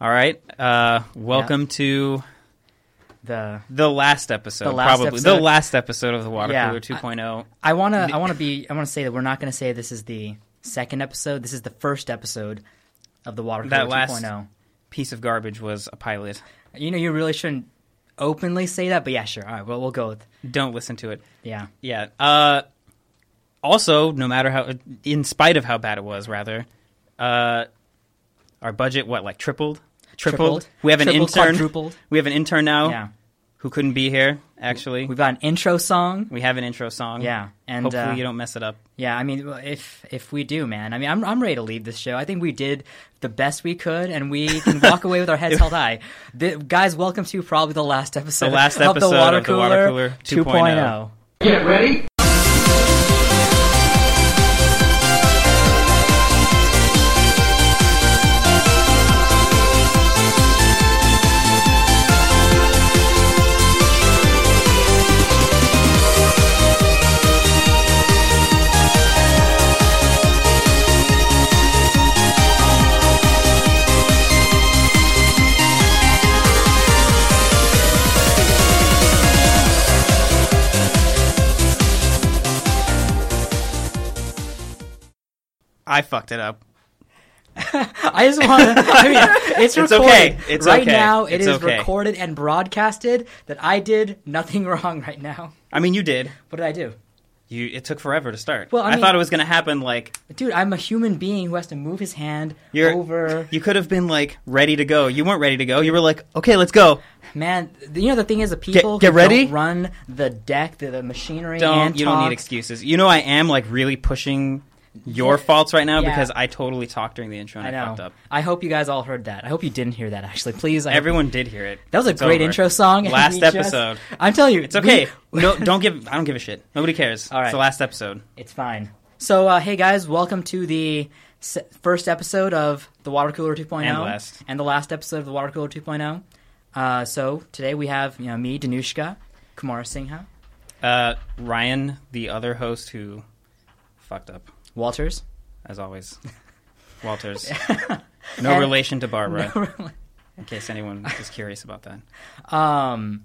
All right. Uh, welcome to The the last episode. The last probably the episode? last episode of the Water Yeah. Cooler oh. 2.0. I wanna I wanna be I wanna say that we're not gonna say this is the second episode. This is the first episode of the Water Cooler That last- 2.0. Piece of garbage was a pilot. You know, you really shouldn't openly say that, but yeah, sure. All right, well, we'll go with Don't listen to it. yeah. Yeah. Uh, also, no matter how, in spite of how bad it was, rather, uh, our budget what like tripled. Tripled. Tripled. We have an Tripled, intern. quadrupled. We have an intern now Yeah, who couldn't be here. Actually, we've got an intro song. we have an intro song. Yeah, and Hopefully, uh, you don't mess it up. yeah. I mean, well, if if we do, man, I mean, I'm I'm ready to leave this show. I think we did the best we could, and we can walk away with our heads held high. The, guys, welcome to probably the last episode. The last of episode the water of The Water Cooler oh. 2.0. oh. Get ready. I fucked it up. I just want to. I mean, it's It's recorded. okay. It's right okay. now, it It's is okay. recorded and broadcasted that I did nothing wrong right now. I mean, you did. What did I do? You. It took forever to start. Well, I mean- thought it was going to happen like Dude, I'm a human being who has to move his hand You're- over. you could have been like ready to go. You weren't ready to go. You were like, okay, let's go. Man, th- you know the thing is, the people get who ready? don't run the deck, the, the machinery, Don't. and You don't talk- need excuses. You know, I am like really pushing your faults right now Yeah. because I totally talked during the intro and I I, fucked know. up. I hope you guys all heard that. I hope you didn't hear that. Actually, please. I hope- Everyone did hear it. that was a It's great over. intro song. and Last we just- episode. I'm telling you, It's okay. no, don't give. I don't give a shit. Nobody cares. All right. It's the last episode. It's fine. So, uh, hey guys, welcome to the se- first episode of the Water Cooler 2.0, And last. and the last episode of the Water Cooler 2.0. Uh, so today we have you know me, Danushka, Kumara Singha, Uh, Ryan, the other host who fucked up Walters. as always. Walters. No And- relation to Barbara, in case anyone is curious about that. um,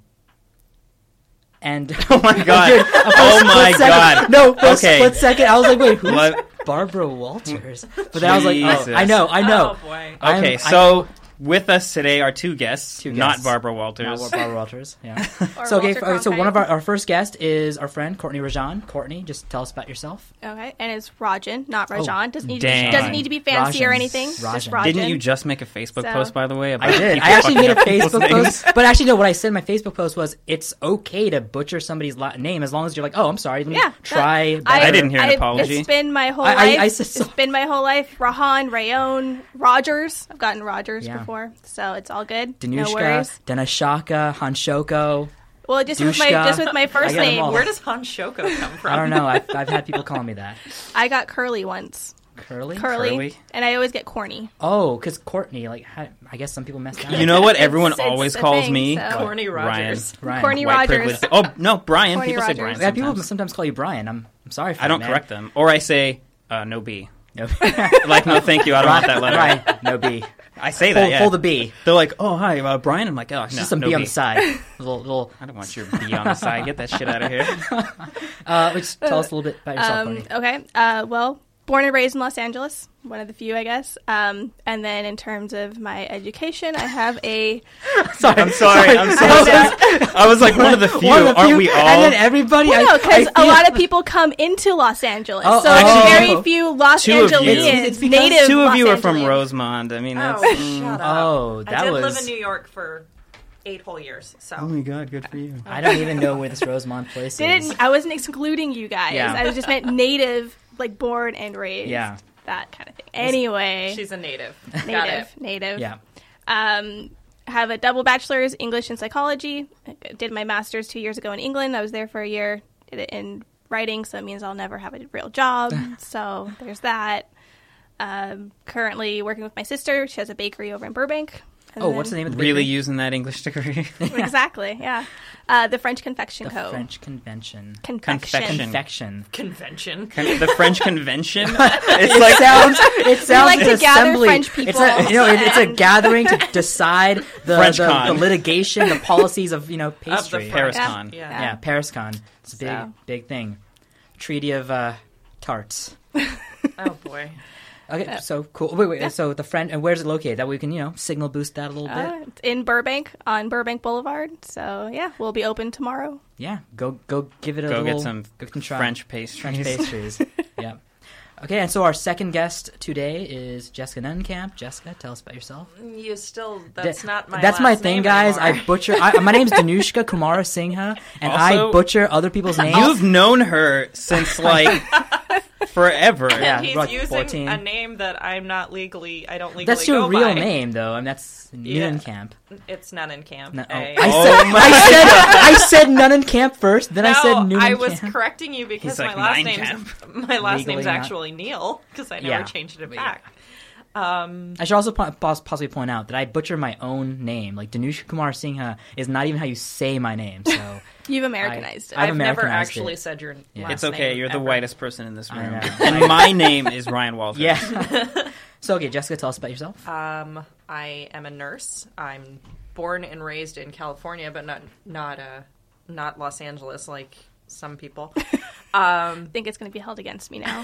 and Oh my god! oh my Split second- god! No, for Okay. okay. split second, I was like, wait, who's What? Barbara Walters? But then I was like, oh, Jesus. I know, I know. Oh boy. I'm- Okay, I- so with us today are two guests, Two not guests. Barbara Not Walters. Barbara Walters, yeah. Or so, okay, Walter f- so Cronkite. one of our, our first guest is our friend Courtney Rajan. Courtney, just tell us about yourself. Okay, and it's Rajan, not Rajan. doesn't need to Oh, dang. be, doesn't need to be fancy or Rajan. anything. Just Rajan. Rajan. Didn't you just make a Facebook So- post, by the way? About I did. people I actually fucking made a up people's Facebook names? post, but actually, no. What I said in my Facebook post was, "It's okay to butcher somebody's la- name as long as you're like, oh, I'm sorry. Let me Yeah, that- try. I better." didn't hear an apology. It's been my whole I- I- life. I said so- It's been my whole life. Rahan, Rayon, Rogers. I've gotten Rogers Yeah. before, so it's all good. No Danushka, worries. Danashaka, Hanshoko. Well, just with my Dushka. just with my I first got 'em name, all. Where Where does- does does Honshoko come from? I don't know. I've, I've had people call me that. I got Curly once. Curly. Curly, Curly? and I always get corny. Oh, because Courtney. Like, how- I guess some people messed up. You know what everyone It's- it's always the calls thing, me? so- Corny Rogers. Ryan. Corny White Rogers. privilege. Oh no, Brian. Corny people say Rogers. Brian. Yeah, people sometimes. sometimes call you Brian. I'm I'm sorry for I that, don't man. correct them, or I say uh, no B. No. Like no, thank you. I don't want that letter. Brian, no B. I say that. Pull, yeah. pull the B. They're like, oh hi, uh, Brian. I'm like, oh no, Just some no B on the side. Little, little, I don't want your B on the side. Get that shit out of here. uh, just tell us a little bit about yourself, Um, Courtney. okay. Uh, well, born and raised in Los Angeles, one of the few, I guess. Um, and then in terms of my education, I have a Sorry, I'm sorry. I'm sorry. I was like one of the few. One of the Aren't few, we all? And then everybody. well, I- no, because I a feel- lot of people come into Los Angeles, Oh, so oh. it's Actually, very few Los two of you. Angeles It's- it's because native. Two of Los you are from Angeles. Rosemont. I mean, that's. Oh, shut up. Oh, that I did was. Oh, live in New York for eight whole years, so Oh my god, good for you. I don't even know where this Rosemont place is. Didn't I wasn't excluding you guys. Yeah. I was just meant native, like born and raised. Yeah. That kind of thing. Anyway, she's a native. Got it. native, native. Yeah. um, have a double bachelor's English and psychology. I did my master's two years ago in England. I was there for a year did it in writing, so it means I'll never have a real job. so there's that. Um, currently working with my sister. She has a bakery over in Burbank. And Oh, then- what's the name of the Really bakery? using that English degree. Exactly, yeah. Uh, the French the Confection Co. French Convention. Confection. Confection. Confection. Convention. the French convention. It's It like sounds. It sounds like to it's gather assembly. French it's people a you know it, it's a and- gathering to decide the, French the, the con. litigation, the policies of you know Of the pastry. French. Pariscon. Yeah. yeah, ParisCon. It's a big So. big thing. Treaty of uh, Tarts. Oh boy. Okay, so cool. Wait, wait. yeah. So the French and where's it located? That we can you know signal boost that a little bit. Uh, Ah. it's in Burbank on Burbank Boulevard. So yeah, we'll be open tomorrow. Yeah, go go give it a go little get some go get try. French pastries. French pastries. yeah. Okay, and so our second guest today is Jessica Nunkamp. Jessica, tell us about yourself. You still. That's Th- not my. That's my last thing, name guys. anymore. I butcher. I, my name's Danushka Kumara Singha, and I Also- butcher other people's names. You've known her since like forever. Yeah, And he's like using 14. a name that I'm not legally. I don't legally. that's your go real by. name, though, and that's Nunencamp. It's not in camp. No, oh, I- I Oh said, my I said, I said Nunencamp first, then I said no, Nunencamp. I was correcting you because He's like, my last "Mine name's my last Legally name's not- actually Neil because I never Yeah. changed it yeah. back. Um, I should also po- pos- possibly point out that I butcher my own name. Like Danushka Kumar Singha is not even how you say my name. So You've Americanized I've I've, it. never Americanized actually it. said your Yeah. last It's okay. name You're the ever. whitest person in this I room, know. and my name is Ryan Walters. yeah. so okay, Jessica, tell us about yourself. Um, I am a nurse. I'm born and raised in California, but not not uh, not Los Angeles like some people. I think it's going to be held against me now.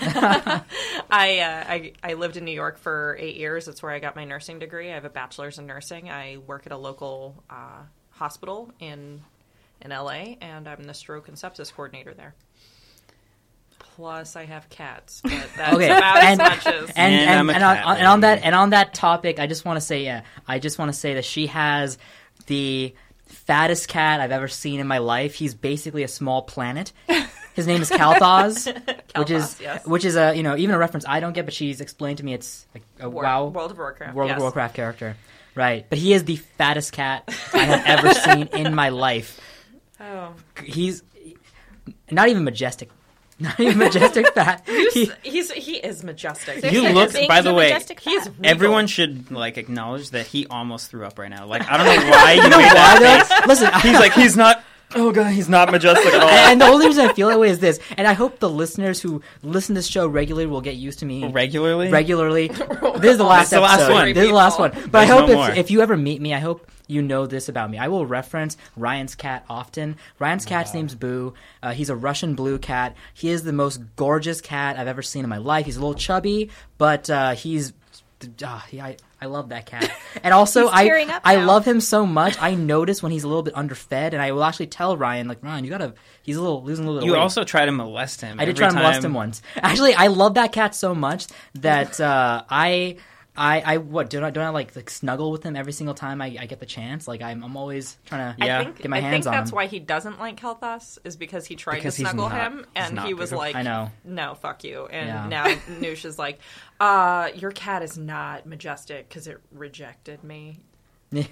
I, uh, I I lived in New York for eight years. That's where I got my nursing degree. I have a bachelor's in nursing. I work at a local uh, hospital in in LA, and I'm the stroke and sepsis coordinator there. Plus, I have cats, but that's Okay, about and- as much as and And and, I'm a and, on, cat on- and lady. on that and on that topic, I just want to say yeah, I just want to say that she has the fattest cat I've ever seen in my life. He's basically a small planet. His name is Kalthaz, which is Kalthas, yes. which is a you know even a reference I don't get, but she's explained to me it's like a War- wow World of Warcraft. World yes. of Warcraft character, right? But he is the fattest cat I have ever seen in my life. Oh. He's not even majestic, not even majestic fat. He- He's he is majestic. There's You such a look- thing by as the a way, majestic he is fat. Everyone should like acknowledge that he almost threw up right now. Like I don't know why you, made why that though? Listen, face. He's like he's not. Oh god, he's not majestic at all. and the only reason I feel that way is this, and I hope the listeners who listen to this show regularly will get used to me regularly. regularly. This is the last This is the last episode. one. This is the last one. But I There's no hope if, more. if you ever meet me, I hope you know this about me. I will reference Ryan's cat often. Ryan's Oh, cat's name's Boo. Uh, he's a Russian blue cat. He is the most gorgeous cat I've ever seen in my life. He's a little chubby, but uh, he's. ah, yeah, I, I love that cat. And also, He's tearing I up I now. love him so much. I notice when he's a little bit underfed, and I will actually tell Ryan, like, Ryan, you gotta. He's a little losing a little bit. of You weight." also try to molest him. I did every try to molest time. him once. Actually, I love that cat so much that uh, I. I, I what don't I don't I like, like snuggle with him every single time I, I get the chance like I'm, I'm always trying to Yeah. I think, get my I hands think on that's him. why he doesn't like Kalthas is because he tried Because to he's snuggle not- him he's and not he was beautiful. like, I know. no, fuck you." And Yeah. now Noosh is like, "Uh, your cat is not majestic because it rejected me."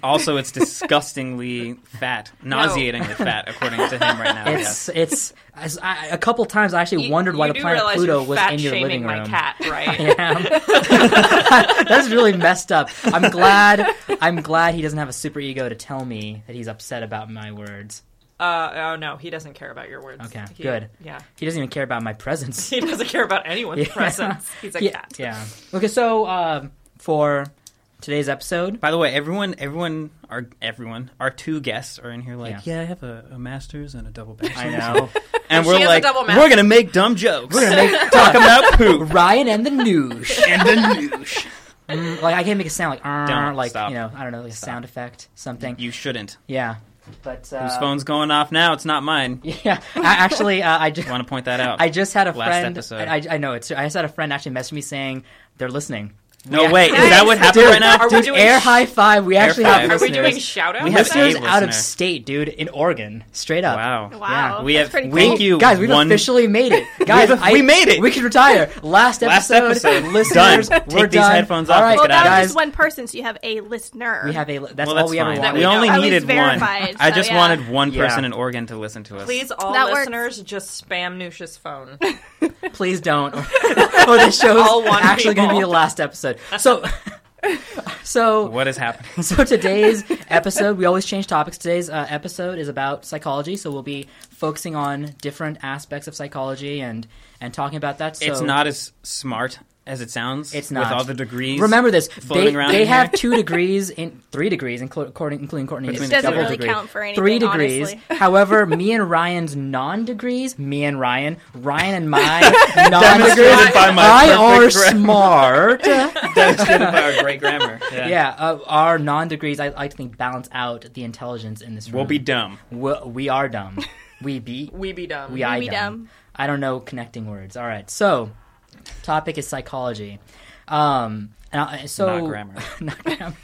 Also, it's disgustingly fat, nauseatingly fat, according to him right now. it's it's as I, a couple times I actually You- wondered why you the do planet realize Pluto you're was fat in your shaming living my room. cat, right? Yeah. that's really messed up. I'm glad I'm glad he doesn't have a super ego to tell me that he's upset about my words. Uh, oh no, he doesn't care about your words. Okay, He- good. Yeah, He doesn't even care about my presence. he doesn't care about anyone's Yeah. presence. He's a cat. Yeah. Okay, so um, for today's episode, By the way, everyone, everyone, our everyone, our two guests are in here. Like, Yeah. yeah, I have a, a master's and a double bachelor's. I know and She we're has a like, double master. we're gonna make dumb jokes. we're gonna make talk about poop Ryan and the Noosh. and the noosh. Mm, like I can't make a sound like "Arr," Don't. like Stop. you know I don't know like a sound effect something. You shouldn't. Yeah, but uh, Whose phone's going off now? It's not mine. Yeah, I actually uh, I just Want to point that out? I just had a Last friend. episode. I, I know it's. I just had a friend actually message me saying they're listening. no, Yeah. wait. Is that what happened Dude, right now? Are we dude, doing air sh- high five. We actually five. have Are we listeners. doing shout outs? We have listeners a out of listener. state, dude, in Oregon, straight up. wow. Wow, Yeah. We that's have- pretty we- cool. Thank you, guys. We've one- officially made it, guys. We've- we made it. We can retire. Last Last episode, episode. listeners, Done. we're Take these done. headphones All off. right, Let's Well, get out that of was guys. just one person, so you have a listener. We have a. That's, well, all that's we fine. ever That wanted. we know. only At least needed one. verified, I so just yeah. wanted one person Yeah. in Oregon to listen to us. Please, all That works. listeners, just spam Noosh's phone. Please don't. or the show's All one actually going to be people. the last episode. So, So What is happening? so today's episode, we always change topics. Today's uh, episode is about psychology, so we'll be focusing on different aspects of psychology and and talking about that. So it's not as smart as it sounds. It's not with all the degrees. Remember this: floating they, around they in have here. two degrees in three degrees, inclu- according, including Courtney. Which it's means doesn't double really degree. count for anything. Three degrees. honestly. However, me and Ryan's non-degrees, me and Ryan, Ryan and my non-degrees, Demonstrated by my I perfect are gra- smart. demonstrated by our great grammar. Yeah. yeah, uh, our non-degrees, I like to think, balance out the intelligence in this room. We'll be dumb. We, we are dumb. We be. We be dumb. We I be dumb. dumb. I don't know connecting words. All right. So, topic is psychology. Um, and I, so Not grammar. not grammar.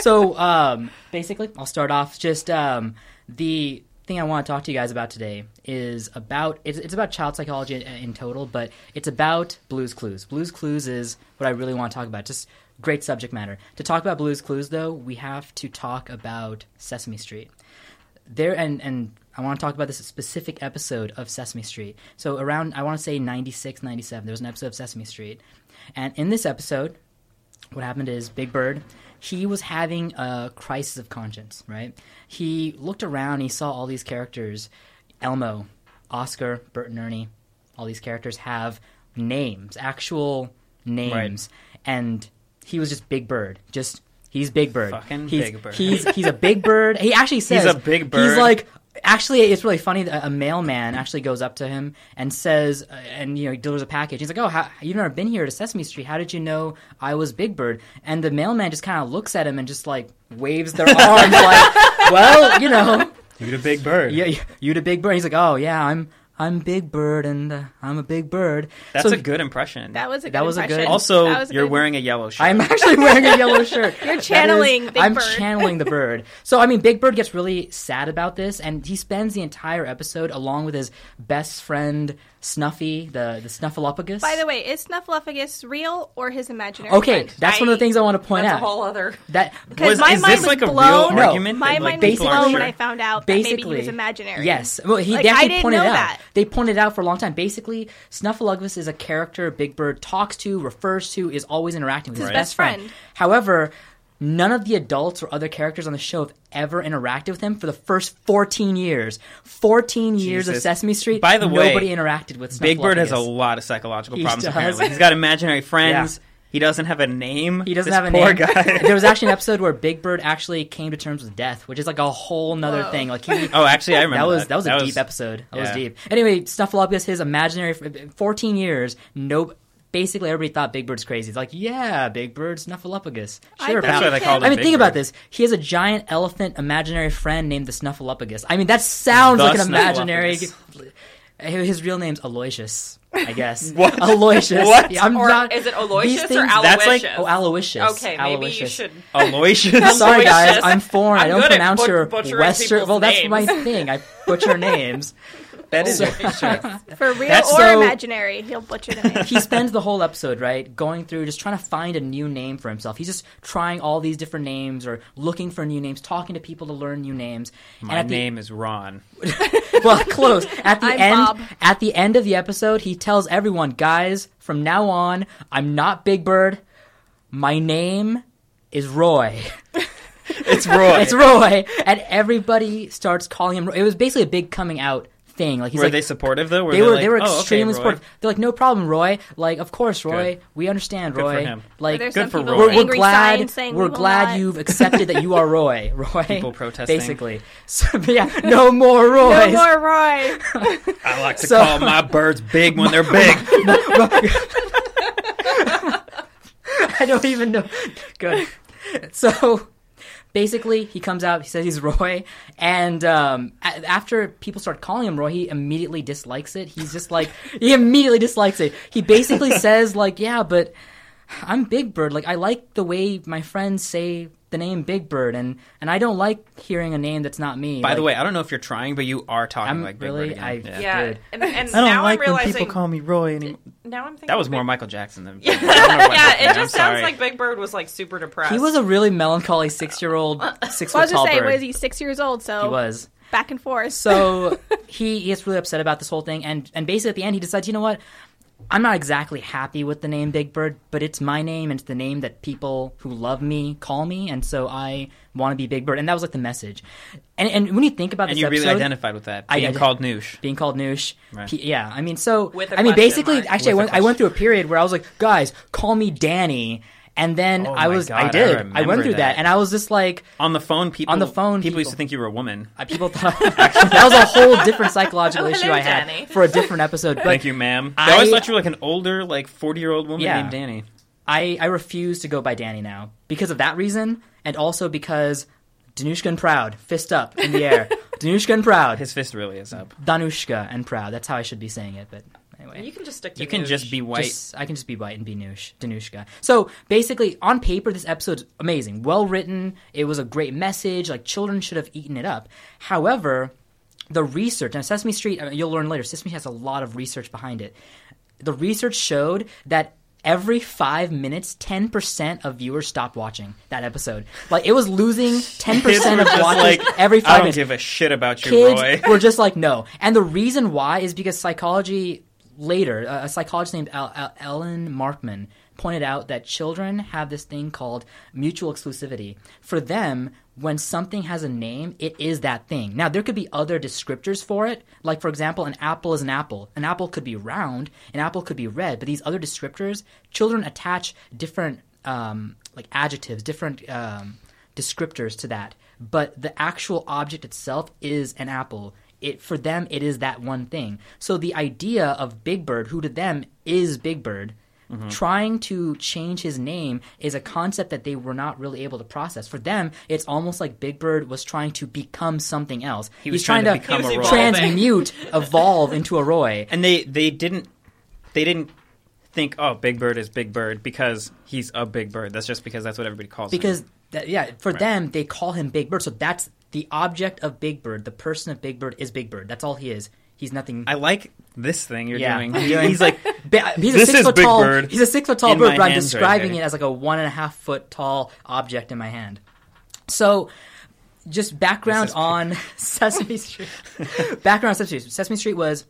So, um, basically, I'll start off. Just um, the thing I want to talk to you guys about today is about it's, it's about child psychology in, in total, but it's about Blue's Clues. Blue's Clues is what I really want to talk about. Just great subject matter. To talk about Blue's Clues, though, we have to talk about Sesame Street there and and I want to talk about this specific episode of Sesame Street. So around I want to say 96 97 there was an episode of Sesame Street. And in this episode what happened is Big Bird he was having a crisis of conscience, right? He looked around, he saw all these characters, Elmo, Oscar, Bert and Ernie, all these characters have names, actual names. And he was just Big Bird, just he's Big Bird. Fucking he's, Big Bird. He's he's a Big Bird. He actually says He's a big bird. He's like actually, it's really funny. that A mailman actually goes up to him and says, uh, and you know, he delivers a package. He's like, "Oh, how, you've never been here to Sesame Street. How did you know I was Big Bird?" And the mailman just kind of looks at him and just like waves their arms, like, "Well, you know, You're the big bird. yeah, you, you the Big Bird." He's like, "Oh yeah, I'm I'm Big Bird, and uh, I'm a Big Bird." That's So a good impression. That was a good That was a impression. good- also, That was a you're good- wearing a yellow shirt. I'm actually wearing a yellow shirt. You're That is- channeling Big I'm Bird. channeling the bird. So I mean, Big Bird gets really sad about this, and he spends the entire episode along with his best friend Snuffy, the the Snuffleupagus. By the way, is Snuffleupagus real or his imaginary? okay, friend? that's one of the things I want to point That's out. a whole other. that Because Was- my is mind this was like a real blown. argument My that, like, mind was people are blown sure? when I found out that maybe he was imaginary. Yes, well, he Like, I definitely didn't pointed know it out. that. They pointed it out for a long time. Basically, Snuffleupagus is a character Big Bird talks to, refers to, is always interacting with his Right. best best friend. friend. However, none of the adults or other characters on the show have ever interacted with him for the first 14 years. 14 years of Jesus. Sesame Street. By the way, nobody interacted with. Big Bird has a Snuffleupagus. lot of psychological He problems. does. Apparently, he's got imaginary friends. Yeah. He doesn't have a name. He doesn't This have a poor name. Guy. there was actually an episode where Big Bird actually came to terms with death, which is like a whole nother Whoa. thing. Like he, oh, actually, I remember that was that, was a deep was- episode. That was yeah. deep. Anyway, Snuffleupagus, his imaginary fourteen years. No, basically everybody thought Big Bird's crazy. It's like, yeah, Big Bird, Snuffleupagus. I Sure, think That's pal. why they called I him mean, Big think about Bird. this. He has a giant elephant imaginary friend named the Snuffleupagus. I mean, that sounds The like an imaginary. Snuffleupagus. His real name's Aloysius, I guess. What? Aloysius. What? Yeah, I'm Or not- is these it Aloysius things- or Aloysius? That's like- Oh, Aloysius. Okay, maybe you Aloysius. should. Aloysius. Sorry, Aloysius. guys. I'm foreign. I I'm don't good at pronounce but- your butchering Western. people's Well, that's names. my thing. I butcher names. that is For real That's or so- imaginary, he'll butcher the name. he spends the whole episode right going through just trying to find a new name for himself he's just trying all these different names or looking for new names talking to people to learn new names My name is Ron. the, well close at the I'm end Bob. at the end of the episode he tells everyone guys from now on i'm not big bird my name is roy It's Roy. it's roy and everybody starts calling him roy it was basically a big coming out thing like he's Were like they supportive though? Were they were like, they were "Oh, okay, extremely Roy." supportive. They're like, no problem, Roy. Like, of course, Roy. Good. We understand, Good for Roy. him. Like, There's Good some for people Roy. with we're, we're angry glad signs saying we're we will glad not. you've accepted that you are Roy. Roy. People protesting. Basically, so, but yeah, no more Roy. No more Roy. I like to So- call my birds big when they're big. I don't even know. Good. So basically, he comes out. He says he's Roy, and um, a- after people start calling him Roy, he immediately dislikes it. He's just like he immediately dislikes it. He basically says like, "Yeah, but I'm Big Bird. Like I like the way my friends say the name Big Bird, and and I don't like hearing a name that's not me." By the way, I don't know if you're trying, but you are talking I'm like Big really- Bird. again. I- yeah. Yeah, Dude. and, and I don't now like I'm when realizing people call me Roy anymore. now I'm thinking That was Big- more Michael Jackson than. yeah, it just sounds sorry. like Big Bird was like super depressed. he was a really melancholy six year old six Well, I foot was tall just saying, bird. was he six years old? So he was. back and forth. So he he gets really upset about this whole thing, and and basically at the end he decides, you know what, I'm not exactly happy with the name Big Bird, but it's my name and it's the name that people who love me call me, and so I want to be Big Bird, and that was like the message. And, and when you think about And this you really episode- identified with that I being ident- called Noosh. being called noosh. Right. P- yeah, I mean, so With a I mean, question basically, mark. actually, I With a went, I went through a period where I was like, guys, call me Danny, and then Oh I my was, God, I I did, I, went remember through that. that. and I was just like, On the phone, people On the phone, people, used people. to think you were a woman. I- people thought that was a whole different psychological Oh, issue hello, I had Danny. for a different episode. But Thank you, ma'am. I- I always thought you were like an older, like forty-year-old woman Yeah. named Danny. I, I refuse to go by Danny now because of that reason, and also because Danushka and Proud, fist up in the air, Danushka and Proud, His fist really is up. Danushka and Proud. That's how I should be saying it, but anyway. You can just stick. to You can Nuge. just be white. Just- I can just be white and be Noosh, Danushka. So basically, on paper, this episode's amazing, well written. It was a great message. Like children should have eaten it up. However, the research and Sesame Street, I mean, you'll learn later. Sesame Street has a lot of research behind it. The research showed that every five minutes, ten percent of viewers stopped watching that episode. Like it was losing ten Kids percent were of just watchers like, every I five don't minutes give a shit about you, kids Roy. were just like no and the reason why is because psychology later a a psychologist named Al- Al- ellen markman pointed out that children have this thing called mutual exclusivity for them when something has a name it is that thing now there could be other descriptors for it like for example an apple is an apple an apple could be round an apple could be red but these other descriptors children attach different um, like adjectives different um, descriptors to that but the actual object itself is an apple it for them it is that one thing so the idea of big bird who to them is big bird Mm-hmm. trying to change his name is a concept that they were not really able to process for them it's almost like big bird was trying to become something else he was trying to become a Roy. transmute evolve into a roy and they they didn't they didn't think oh big bird is big bird because he's a big bird that's just because that's what everybody calls him because that, yeah for them they call him big bird so that's the object of big bird the person of big bird is big bird that's all he is he's nothing i like this thing you're Yeah, doing I'm doing- he's like Ba- he's a This six is foot Big tall. Bird He's a six foot tall in bird, my but I'm hands right describing here. it as like a one and a half foot tall object in my hand. So, just background This is- on Sesame Street. background on Sesame Street. Sesame Street was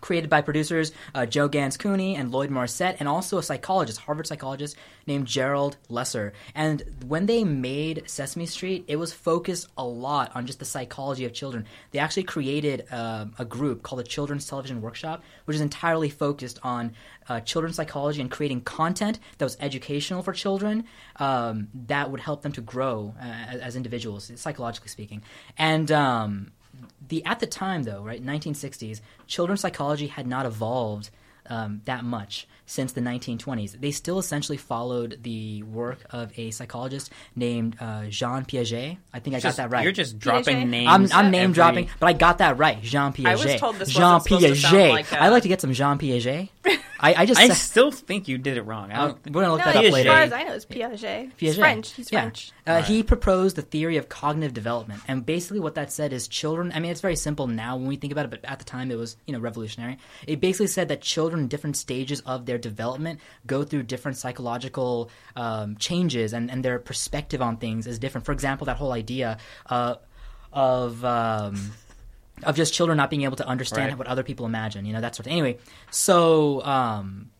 created by producers uh, Joe Gans Cooney and Lloyd Morissette, and also a psychologist, Harvard psychologist named Gerald Lesser. And when they made Sesame Street, it was focused a lot on just the psychology of children. They actually created um a group called the Children's Television Workshop, which is entirely focused on uh, children's psychology and creating content that was educational for children um, that would help them to grow uh, as, as individuals, psychologically speaking. And um, the at the time though, right, 1960s, children's psychology had not evolved um, that much since the 1920s. They still essentially followed the work of a psychologist named uh, Jean Piaget. I think I got just- that right. you're just dropping PJ? names I'm, I'm name every- dropping, but I got that right. Jean Piaget. I was told this Jean wasn't supposed to sound Piaget. like uh, that. I like to get some Jean Piaget. I, I just Oh. i still think you did it wrong i I'll- don't we're gonna look No, that up as Piaget. later. far as I know, it's Piaget. He's Piaget. French. He's Yeah. French. Uh, He proposed the theory of cognitive development, and basically what that said is children. I mean, it's very simple now when we think about it, but at the time it was you know revolutionary. It basically said that children, in different stages of their development, go through different psychological um, changes, and and their perspective on things is different. For example, that whole idea uh, of um, of just children not being able to understand Right. what other people imagine, you know that sort of. thing. Anyway, so. Um,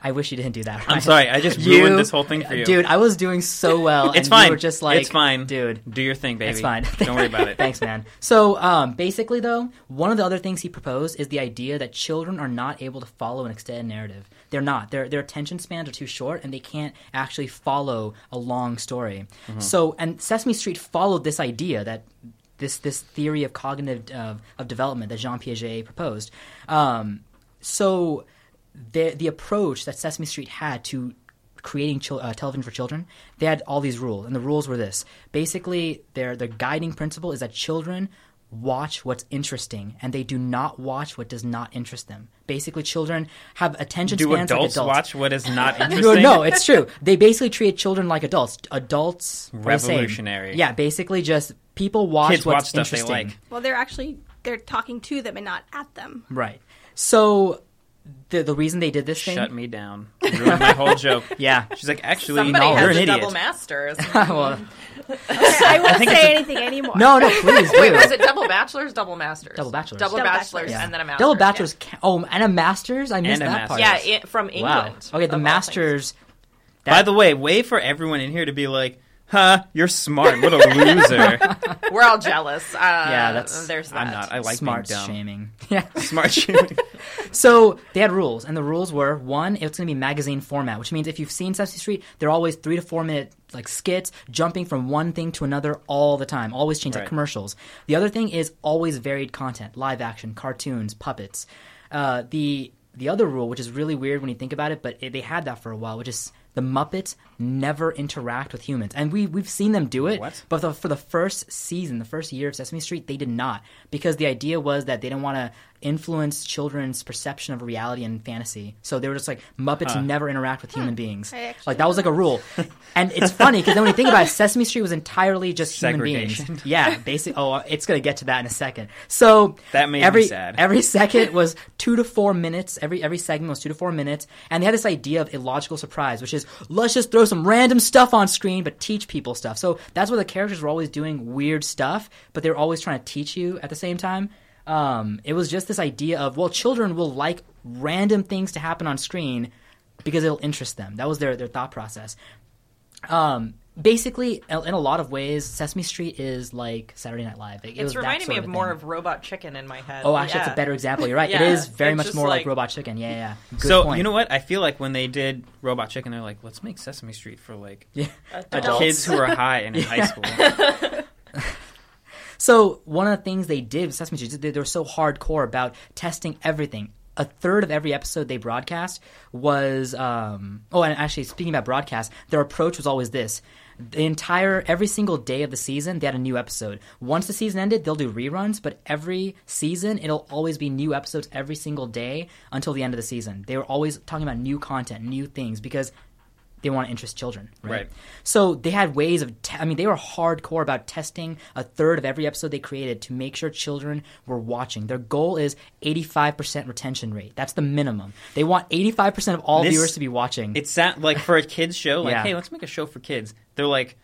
I wish you didn't do that. i'm Ryan. sorry i just You- ruined this whole thing for you Dude, I was doing so well. it's and fine You were just like, it's fine dude. do your thing baby It's fine. don't worry about it Thanks, man. So, um, basically, though, one of the other things he proposed is the idea that children are not able to follow an extended narrative. They're not. Their their attention spans are too short, and they can't actually follow a long story. Mm-hmm. So, and Sesame Street followed this idea that this this theory of cognitive uh, of development that Jean Piaget proposed. Um, so, the the approach that Sesame Street had to creating chil- uh, television for children, they had all these rules, and the rules were this: basically, their their guiding principle is that children watch what's interesting, and they do not watch what does not interest them. Basically, children have attention do spans adults like adults. watch what is not No, interesting no, it's true. They basically treat children like adults. Adults are the same. Revolutionary. Yeah, basically just people watch Kids watch what's stuff they interesting. like. Well, they're actually they're talking to them and not at them. Right. So the the reason they did this thing shut me down You ruined my whole joke Yeah. she's like actually Somebody you're has an a idiot double masters. well, I won't think say it's anything anymore. No, no, please do. Wait, was it double bachelors, double masters? Double bachelors. Double, Double bachelors, bachelors. and then a master's. Double bachelors. ca- Oh, and a masters. I missed And a that part. Yeah, Yes. it, from Wow. England. Okay, of the all masters. By the way, way for everyone in here to be like, huh, you're smart. What a loser. things. We're all jealous. Uh, Yeah, that's- there's that. I'm not. I like smart being dumb. shaming. Yeah. Smart shaming. So they had rules, and the rules were one, it's going to be magazine format, which means if you've seen Sesame Street, they're always three to four minute like skits, jumping from one thing to another all the time, always change like Right. commercials. The other thing is always varied content, live action, cartoons, puppets. Uh, the the other rule, which is really weird when you think about it, but it, they had that for a while, which is the Muppets never interact with humans, and we we've seen them do it, What? but the, for the first season, the first year of Sesame Street, they did not because the idea was that they didn't want to influence children's perception of reality and fantasy. So they were just like Muppets never interact with human beings. I actually Like that was like a rule, and it's funny because then when you think about it, Sesame Street was entirely just human beings. Segregation. Yeah, basically. Oh, it's gonna get to that in a second. So That made me every sad. every second was two to four minutes. Every every segment was two to four minutes, and they had this idea of illogical surprise, which is let's just throw some random stuff on screen, but teach people stuff. So that's where the characters were always doing weird stuff, but they were always trying to teach you at the same time. Um, it was just this idea of well, children will like random things to happen on screen because it'll interest them. That was their their thought process um, basically in a lot of ways sesame street is like saturday night live It- it was It's that reminding sort me of more thing. of Robot Chicken in my head. oh actually yeah. that's a better example you're right Yeah, it is very it's much just more like, like- robot chicken yeah yeah, yeah. Good so, point. you know what? I feel like when they did Robot Chicken, they're like, let's make Sesame Street for like Adults. kids who are high and in high school. So one of the things they did with Sesame Street, they, they were so hardcore about testing everything. A third of every episode they broadcast was. Um, oh, and actually, speaking about broadcast, their approach was always this: the entire every single day of the season, they had a new episode. Once the season ended, they'll do reruns, but every season it'll always be new episodes every single day until the end of the season. They were always talking about new content, new things, because they want to interest children, right? Right. So they had ways of, te- I mean, they were hardcore about testing a third of every episode they created to make sure children were watching. Their goal is 85% retention rate. That's the minimum. They want 85% of all This- viewers to be watching. It sound like for a kids show, like, Yeah. hey, let's make a show for kids. They're like,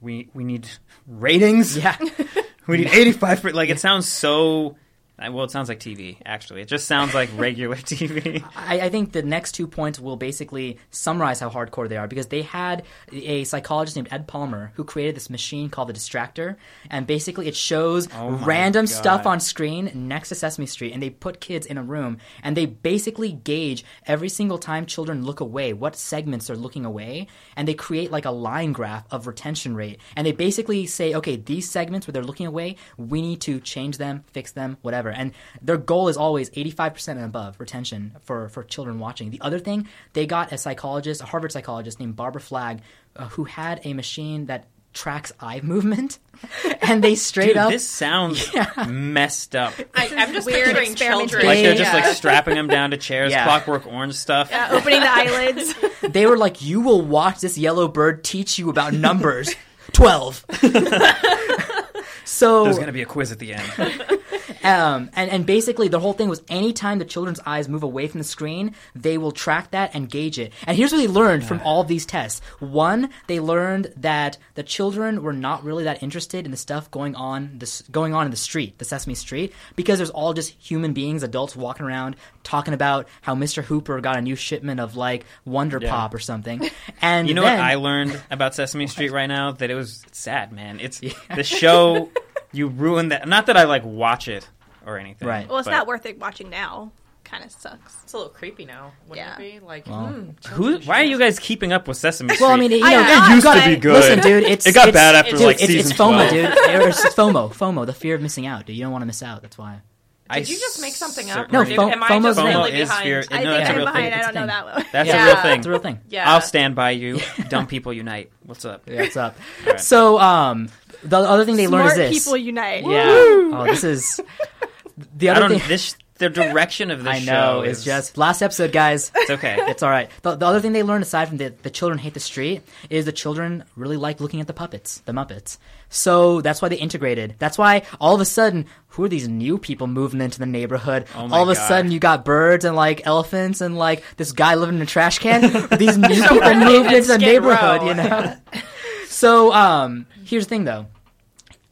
we we need ratings. yeah. we need eighty five. Like it sounds so. I- Well, it sounds like TV. Actually, it just sounds like regular TV. I, I think the next two points will basically summarize how hardcore they are because they had a psychologist named Ed Palmer who created this machine called the Distractor, and basically it shows Oh my random God. stuff on screen next to Sesame Street, and they put kids in a room and they basically gauge every single time children look away what segments are looking away, and they create like a line graph of retention rate, and they basically say, okay, these segments where they're looking away, we need to change them, fix them, whatever, and their goal is always 85% and above retention for for children watching. The other thing, they got a psychologist, a Harvard psychologist named Barbara Flagg, uh, who had a machine that tracks eye movement, and they straight Dude, up. this sounds messed up. I, am just Weird picturing experimentation. children. Like they're just Yeah. like strapping them down to chairs, Yeah. clockwork orange stuff. Uh, opening the eyelids. they were like, "You will watch this yellow bird teach you about numbers." Twelve. so There's gonna be a quiz at the end. um, and, and basically the whole thing was anytime the children's eyes move away from the screen they will track that and gauge it and here's what they learned from all of these tests one they learned that the children were not really that interested in the stuff going on this going on in the street the sesame street because there's all just human beings adults walking around talking about how mr hooper got a new shipment of like wonder Yeah. pop or something and You know then, what I learned about Sesame Street right now? That it was sad, man. It's the show. You ruined that. Not that I like watch it or anything. Right. Well, it's but- not worth it watching now. Kind of sucks. It's a little creepy now, wouldn't Yeah. it be? Like, Well, hmm, Who? Why are you guys keeping up with Sesame Street? well, I mean, you know, I know, It used to gotta- be good. Listen, dude, it's It got it's- bad after it's- like it's, season it's FOMO, 12. dude. Or It's FOMO, FOMO, the fear of missing out, dude. You don't want to miss out. That's why. I Did you just make something up? certainly or No, did, fo- am I FOMO's just a thing. really FOMO is behind? fear- no, I think that's a I'm real behind. thing. I It's don't a know that one. That's Yeah. a real thing. It's a real thing. Yeah. I'll stand by you. Dumb people unite. What's up? Yeah, it's up. Alright. So, um, the other thing they Smart learned is this. people unite. Yeah. Oh, this is the I other don't. thing. This the direction of this I show know is is just last episode, guys. It's okay. It's all right. The, the other thing they learned, aside from the, the children hate the street, is the children really like looking at the puppets, the Muppets. So that's why they integrated. That's why all of a sudden, who are these new people moving into the neighborhood? Oh my all of a God. sudden, you got birds and like elephants and like this guy living in a trash can. these new people moved into the Skid neighborhood, Row. you know. So um, here's the thing, though.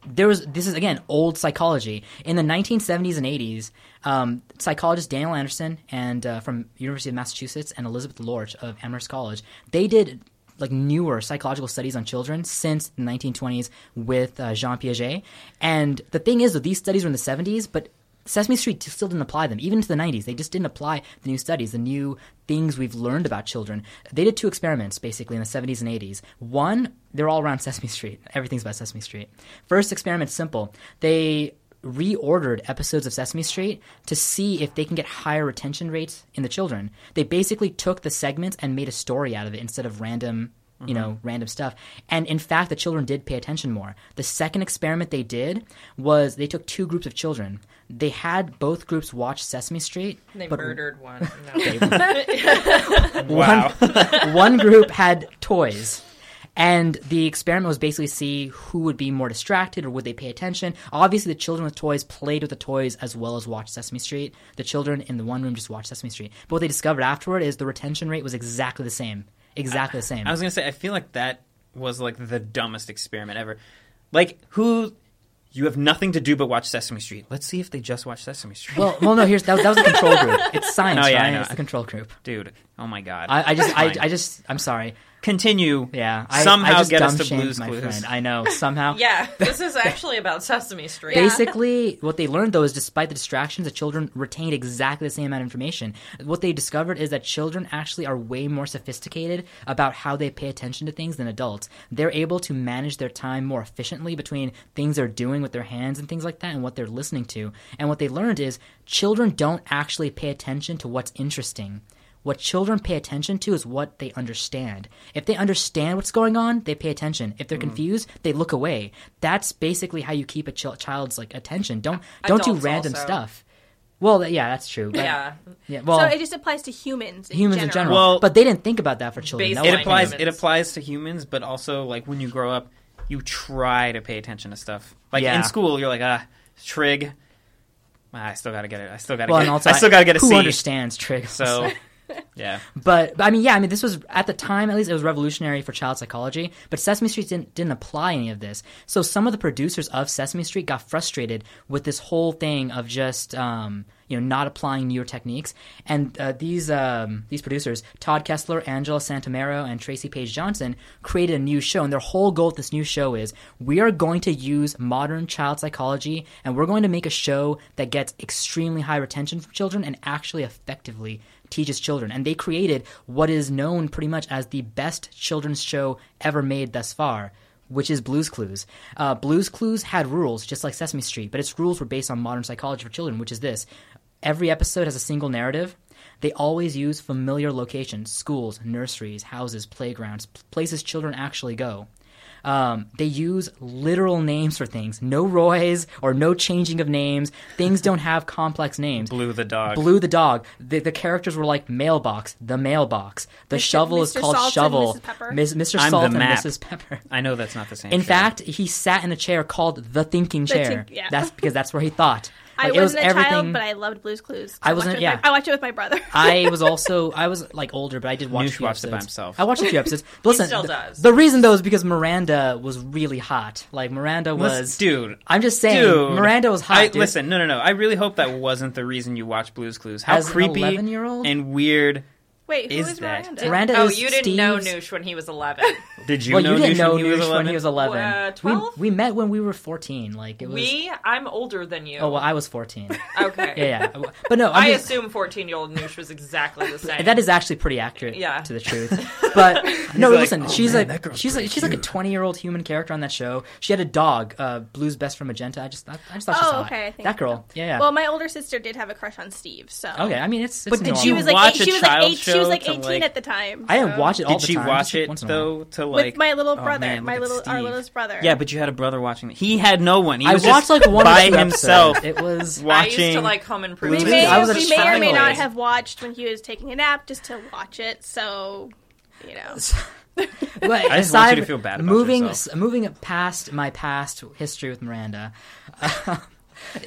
There was this is again old psychology in the 1970s and 80s. Um, psychologist Daniel Anderson and uh, from University of Massachusetts and Elizabeth Lorch of Amherst College they did like newer psychological studies on children since the 1920s with uh, Jean Piaget. And the thing is, though, these studies were in the 70s, but Sesame Street still didn't apply them, even to the 90s. They just didn't apply the new studies, the new things we've learned about children. They did two experiments, basically, in the 70s and 80s. One, they're all around Sesame Street. Everything's about Sesame Street. First experiment, simple. They reordered episodes of Sesame Street to see if they can get higher retention rates in the children. They basically took the segments and made a story out of it instead of random you know, random stuff. And in fact, the children did pay attention more. The second experiment they did was they took two groups of children. They had both groups watch Sesame Street. They but murdered one. No. Wow. one group had toys. And the experiment was basically see who would be more distracted or would they pay attention. Obviously, the children with toys played with the toys as well as watched Sesame Street. The children in the one room just watched Sesame Street. But what they discovered afterward is the retention rate was exactly the same. Exactly the same. I was gonna say, I feel like that was like the dumbest experiment ever. Like, who? You have nothing to do but watch Sesame Street. Let's see if they just watch Sesame Street. Well, well, no. Here's that, that was the control group. It's science, Oh, yeah, I right? know. It's the control group. dude, oh my god. I, I just, I, Fine. I just, I'm sorry. continue. Yeah, I, somehow I just get us dumb to shamed Blues my Clues. friend. I know somehow. yeah, this is actually about Sesame Street. Basically, what they learned though is despite the distractions, the children retained exactly the same amount of information. What they discovered is that children actually are way more sophisticated about how they pay attention to things than adults. They're able to manage their time more efficiently between things they're doing with their hands and things like that and what they're listening to. And what they learned is children don't actually pay attention to what's interesting. What children pay attention to is what they understand. If they understand what's going on, they pay attention. If Mm-hmm. they're confused, they look away. That's basically how you keep a chil- child's like attention. Don't don't do Adults random also. stuff. Well, th- yeah, that's true. But, Yeah. yeah. Well, so it just applies to humans. In humans in general. Well- but they didn't think about that for children. That Baseline it was- Blind applies. It humans. applies to humans, but also like when you grow up, you try to pay attention to stuff. Like Yeah. in school, you're like, ah, trig. Ah, I still gotta get it. I still gotta. well, get it. and also, I still gotta get a who C. understands trig. So, yeah. But, but I mean, yeah, I mean, this was at the time, at least, it was revolutionary for child psychology. But Sesame Street didn't didn't apply any of this. So some of the producers of Sesame Street got frustrated with this whole thing of just um, you know not applying newer techniques. And uh, these um, these producers, Todd Kessler, Angela Santomero, and Tracy Page Johnson, created a new show. And their whole goal with this new show is we are going to use modern child psychology, and we're going to make a show that gets extremely high retention from children and actually effectively teaches children. And they created what is known pretty much as the best children's show ever made thus far, which is Blues Clues. Uh, Blues Clues had rules, just like Sesame Street, but its rules were based on modern psychology for children, which is this every episode has a single narrative. They always use familiar locations schools, nurseries, houses, playgrounds, p- places children actually go. Um, they use literal names for things. No Roys or no changing of names. Things don't have complex names. Blew the dog. Blue the dog. The, the characters were like mailbox, the mailbox. The shovel is Mr. called Salt and shovel. Mrs. Pepper? Miss- Mr. I'm Salt the and map. Mrs. Pepper. I know that's not the same. In show. fact, he sat in a chair called the thinking chair. think- yeah. That's because that's where he thought. I Like, wasn't a child, but I loved Blue's Clues. I watched wasn't- it with yeah. my- I watched it with my brother. I was also I was like older, but I did watch. a Noosh few watched it by episodes. himself. I watched a few episodes. But listen, still the, does. the reason though is because Miranda was really hot. Like Miranda Let's- was. dude. I'm just saying, Dude, Miranda was hot. I, dude. Listen, no, no, no. I really hope that wasn't the reason you watched Blue's Clues. How As an creepy 11-year-old? and weird Wait, who Is is that- Miranda? Miranda oh, is you didn't know Steve's- Noosh when he was 11. did you well, know you didn't Noosh know when he was Noosh 11? when he was 11. Uh, We- 12? We, met when we were 14. Like it was. we, I'm older than you. Oh well, I was 14. yeah, okay. yeah. But no, I I'm just, assume 14 year old Noosh was exactly the same. that is actually pretty accurate Yeah. to the truth. But no, like, listen, "Oh, she's man, that like girl's she's like pretty she's like a 20 year old human character on that show. She had a dog, uh, Blue's best friend Magenta. I just I, I just thought she was Oh, hot. okay, I think that I girl. Yeah, yeah. Well, my older sister did have a crush on Steve, so okay, I mean it's, it's But did normal. she was like watch eight, a she was like child eight, she was show like to, eighteen like- at the time. I so- didn't watch it all Did the she time. watch just it once in a while. though? To with like my little oh, brother, man, my look at little our Steve. littlest brother. Yeah, but you had a brother watching. it. He had no one. He I was watched just like one by or two episodes. himself It was watching. I used to like Home Improvement. we Blue's may, I was a we may or may child. not have watched when he was taking a nap just to watch it. So you know, But I just want you aside- to feel bad about moving yourself. s- moving past my past history with Miranda.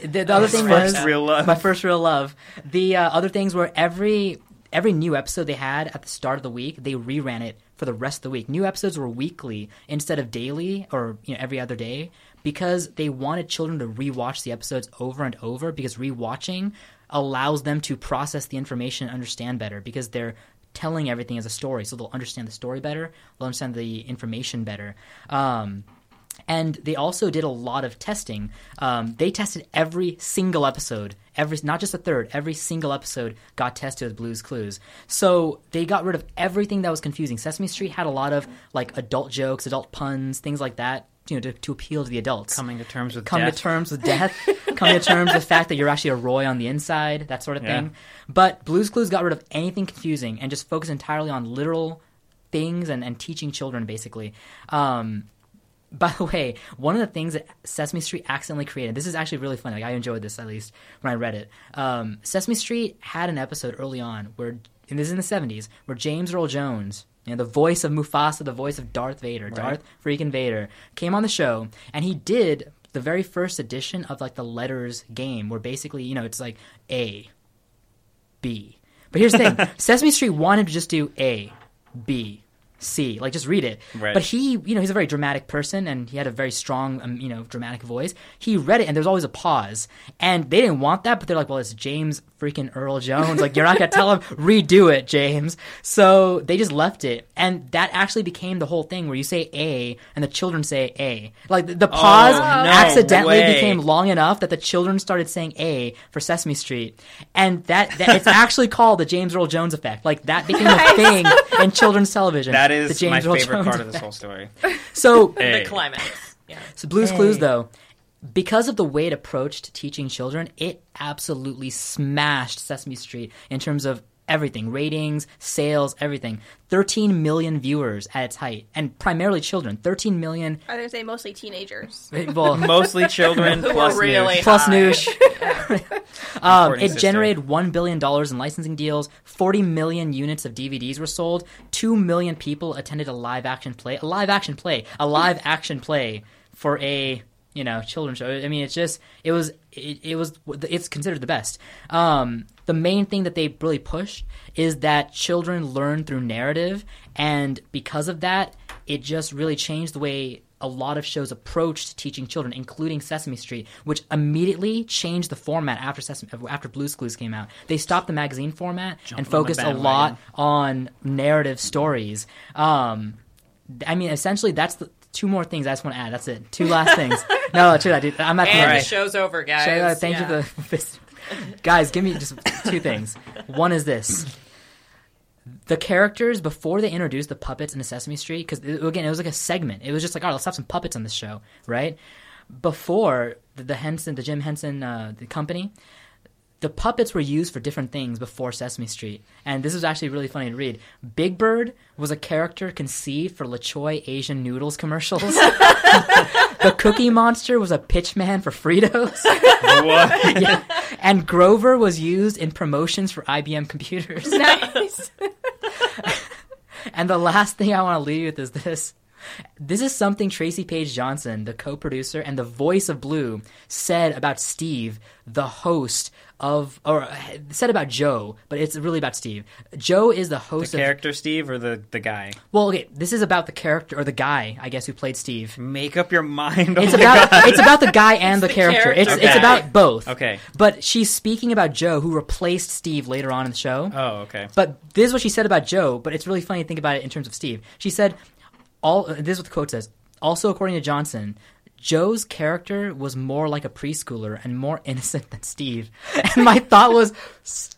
the, the other thing first was real love. my first real love. The uh, other things were every every new episode they had at the start of the week, they reran it for the rest of the week. New episodes were weekly instead of daily or you know every other day because they wanted children to rewatch the episodes over and over because rewatching allows them to process the information and understand better because they're telling everything as a story so they'll understand the story better they'll understand the information better um, and they also did a lot of testing. Um, they tested every single episode, every not just a third, every single episode got tested with Blue's Clues. So they got rid of everything that was confusing. Sesame Street had a lot of like adult jokes, adult puns, things like that, you know, to, to appeal to the adults. Coming to terms with come death. to terms with death, come to terms with the fact that you're actually a Roy on the inside, that sort of Yeah. thing. But Blue's Clues got rid of anything confusing and just focused entirely on literal things and, and teaching children basically. Um, by the way, one of the things that Sesame Street accidentally created, this is actually really funny. Like I enjoyed this at least when I read it. Um, Sesame Street had an episode early on where, and this is in the '70s, where James Earl Jones, you know, the voice of Mufasa, the voice of Darth Vader, Darth freaking Vader, came on the show and he did the very first edition of like the letters game, where basically you know it's like A, B. But here's the thing: Sesame Street wanted to just do A, B, C, like just read it. Right. But he, you know, he's a very dramatic person, and he had a very strong, um, you know, dramatic voice. He read it, and there's always a pause, and they didn't want that, but they're like, "Well, it's James freaking Earl Jones. Like, you're not gonna tell him redo it, James." So they just left it, and that actually became the whole thing where you say A, and the children say A. Like the, the pause Oh, no accidentally way. became long enough that the children started saying A for Sesame Street, and that, that it's actually called the James Earl Jones effect. Like that became a thing in children's television. That the is James my Earl favorite Jones part of effect. this whole story. So, Hey. The climax. Yeah. so Blue's Clues though, because of the way it approached teaching children, it absolutely smashed Sesame Street in terms of everything ratings sales everything 13 million viewers at its height and primarily children 13 million I would say mostly teenagers. well Mostly children Who plus are really news. plus high. noosh. um, Important it sister. generated one billion dollars in licensing deals. Forty million units of DVDs were sold. Two million people attended a live action play. A live action play. A live action play for a you know children's show. I mean, it's just it was it, it was it's considered the best. Um, the main thing that they really pushed is that children learn through narrative, and because of that, it just really changed the way a lot of shows approached teaching children, including Sesame Street, which immediately changed the format after Sesame, after Blue's Clues came out. They stopped the magazine format and on the focused a bandwagon. lot on narrative stories. Um, I mean, essentially, that's the two more things I just want to add. That's it. Two last things. No, true that, dude. I'm at the And end. the show's over, guys. Shayla, thank Yeah. you for the guys. Give me just two things. One is this: the characters before they introduced the puppets in Sesame Street, because again, it was like a segment. It was just like, all right, let's have some puppets on this show, right? Before the, the Henson, the Jim Henson, uh, the company, the puppets were used for different things before Sesame Street, and this was actually really funny to read. Big Bird was a character conceived for LaChoy Asian noodles commercials. the Cookie Monster was a pitchman for Fritos. What? Yeah. And Grover was used in promotions for IBM computers. nice. And the last thing I want to leave you with is this. This is something Tracy Page Johnson, the co producer and the voice of Blue, said about Steve, the host of, or uh, said about Joe, but it's really about Steve. Joe is the The host of. character Steve or the, the guy? Well, okay, this is about the character, or the guy, I guess, who played Steve. Make up your mind. It's Oh my about God. it's about the guy and the, the character. character. It's it's Okay. about both. Okay. But she's speaking about Joe, who replaced Steve later on in the show. Oh, okay. But this is what she said about Joe, but it's really funny to think about it in terms of Steve. She said, "All uh, this is what the quote says. Also, according to Johnson, Joe's character was more like a preschooler and more innocent than Steve. And my thought was, "S-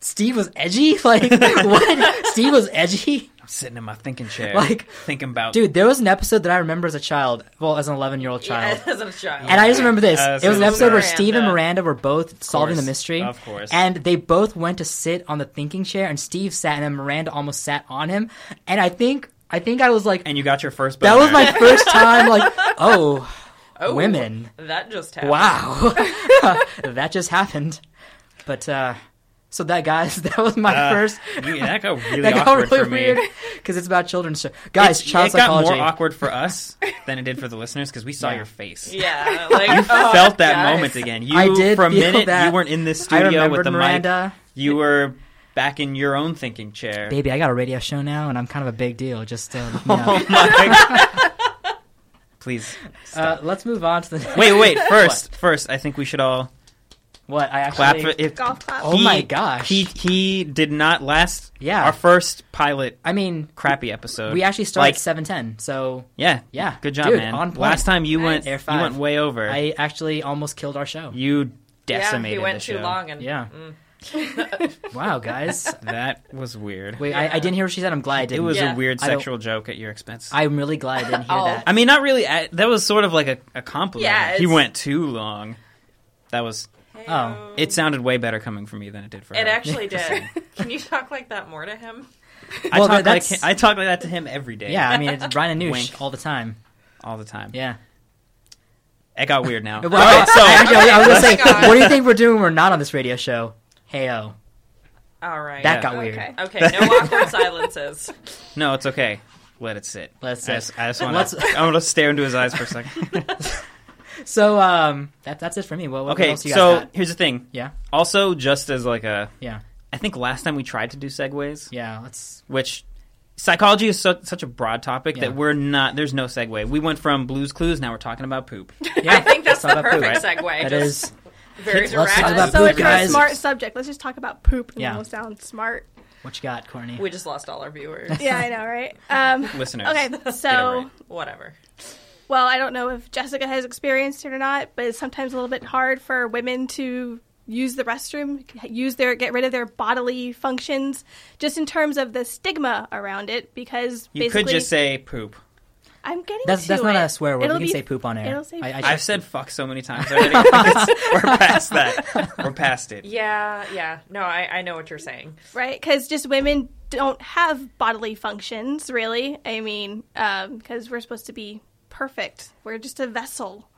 Steve was edgy. Like what? Steve was edgy." I'm sitting in my thinking chair. Like, thinking about Dude, there was an episode that I remember as a child, well, as an 11 year old child. Yeah, as a child. And I just remember this. Uh, it was an so- episode where Miranda. Steve and Miranda were both solving the course, mystery. of course. And they both went to sit on the thinking chair, and Steve sat, and then Miranda almost sat on him. And I think, I think I was like, And you got your first. that was boner. my first time. Like, oh, Oh, women. That just happened. wow, that just happened. But uh, so that guys, that was my Uh, first. you- that got really That got awkward really for me. weird because it's about children's show. Guys, It- child it got psychology. more awkward for us than it did for the listeners because we saw Yeah. Oh, your face. Yeah. Like, oh, you Felt that moment again. You I did for a feel minute that. you weren't in this I studio remembered with the Miranda. mic. You were back in your own thinking chair. Baby, I got a radio show now, and I'm kind of a big deal. Just uh, look me Oh up. Please. uh, let's move on to the Wait, wait. First, first, I think we should all What I actually clap for if Golf clap. Oh my gosh. He he did not last Yeah. our first pilot I mean, crappy episode. we actually started Like, at seven ten. So yeah. Yeah. Good job, Dude, man. on point. Last time you went Air you five. went way over. I actually almost killed our show. you yeah, decimated he went the too show. long, and mm. Yeah. wow, guys. That was weird. Wait, I, I didn't hear what she said. I'm glad I it didn't. was Yeah. a weird I don't- sexual joke at your expense. I, I'm really glad I didn't hear Oh. that. mean, not really. I, that was sort of like a, a compliment. Yeah, he it's- went too long. That was. Oh. It sounded way better coming from me than it did for Mm. it her. actually did. Can you talk like that more to him? I Well, talk like that's- him, I talk like that to him every day. Yeah, I mean, it's Brian and Wink. Noosh all the time. all the time. Yeah. It got weird now. all Well, right, Oh, so Actually, I was gonna say, Let's- Oh my God. what do you think we're doing? when We're not on this radio show. Heyo, All right. that Yeah. got weird. Okay. okay. No awkward silences. No, it's okay. Let it sit. Let it I sit. just, I just want Let's- to. I want to stare into his eyes for a second. So um, that, that's it for me. What, what okay, else you guys so got? here's the thing. Yeah, Also, just as like a, yeah, I think last time we tried to do segues, yeah. Let's. which psychology is so, such a broad topic Yeah. that we're not. There's no segue. We went from Blues Clues. Now we're talking about poop. Yeah, I think that's let's talk the about poop. perfect segue. That just is very let's talk direct. about so poop, it's for a guys. smart subject. Let's just talk about poop and Yeah. we'll sound smart. what you got, Courtney. We just lost all our viewers. Yeah, I know, right? Um, Listeners, okay, so right. Whatever. well, I don't know if Jessica has experienced it or not, but it's sometimes a little bit hard for women to use the restroom, use their get rid of their bodily functions, just in terms of the stigma around it. Because you basically, could just say poop. I'm getting That's to that's not it. a swear word. It'll we can be- say poop on air. it'll say- I, I I've said fuck so many times already. I think it's- we're past that. We're past it. Yeah, yeah. No, I, I know what you're saying. right? Because just women don't have bodily functions, really. I mean, because we're supposed to be perfect. We're just a vessel.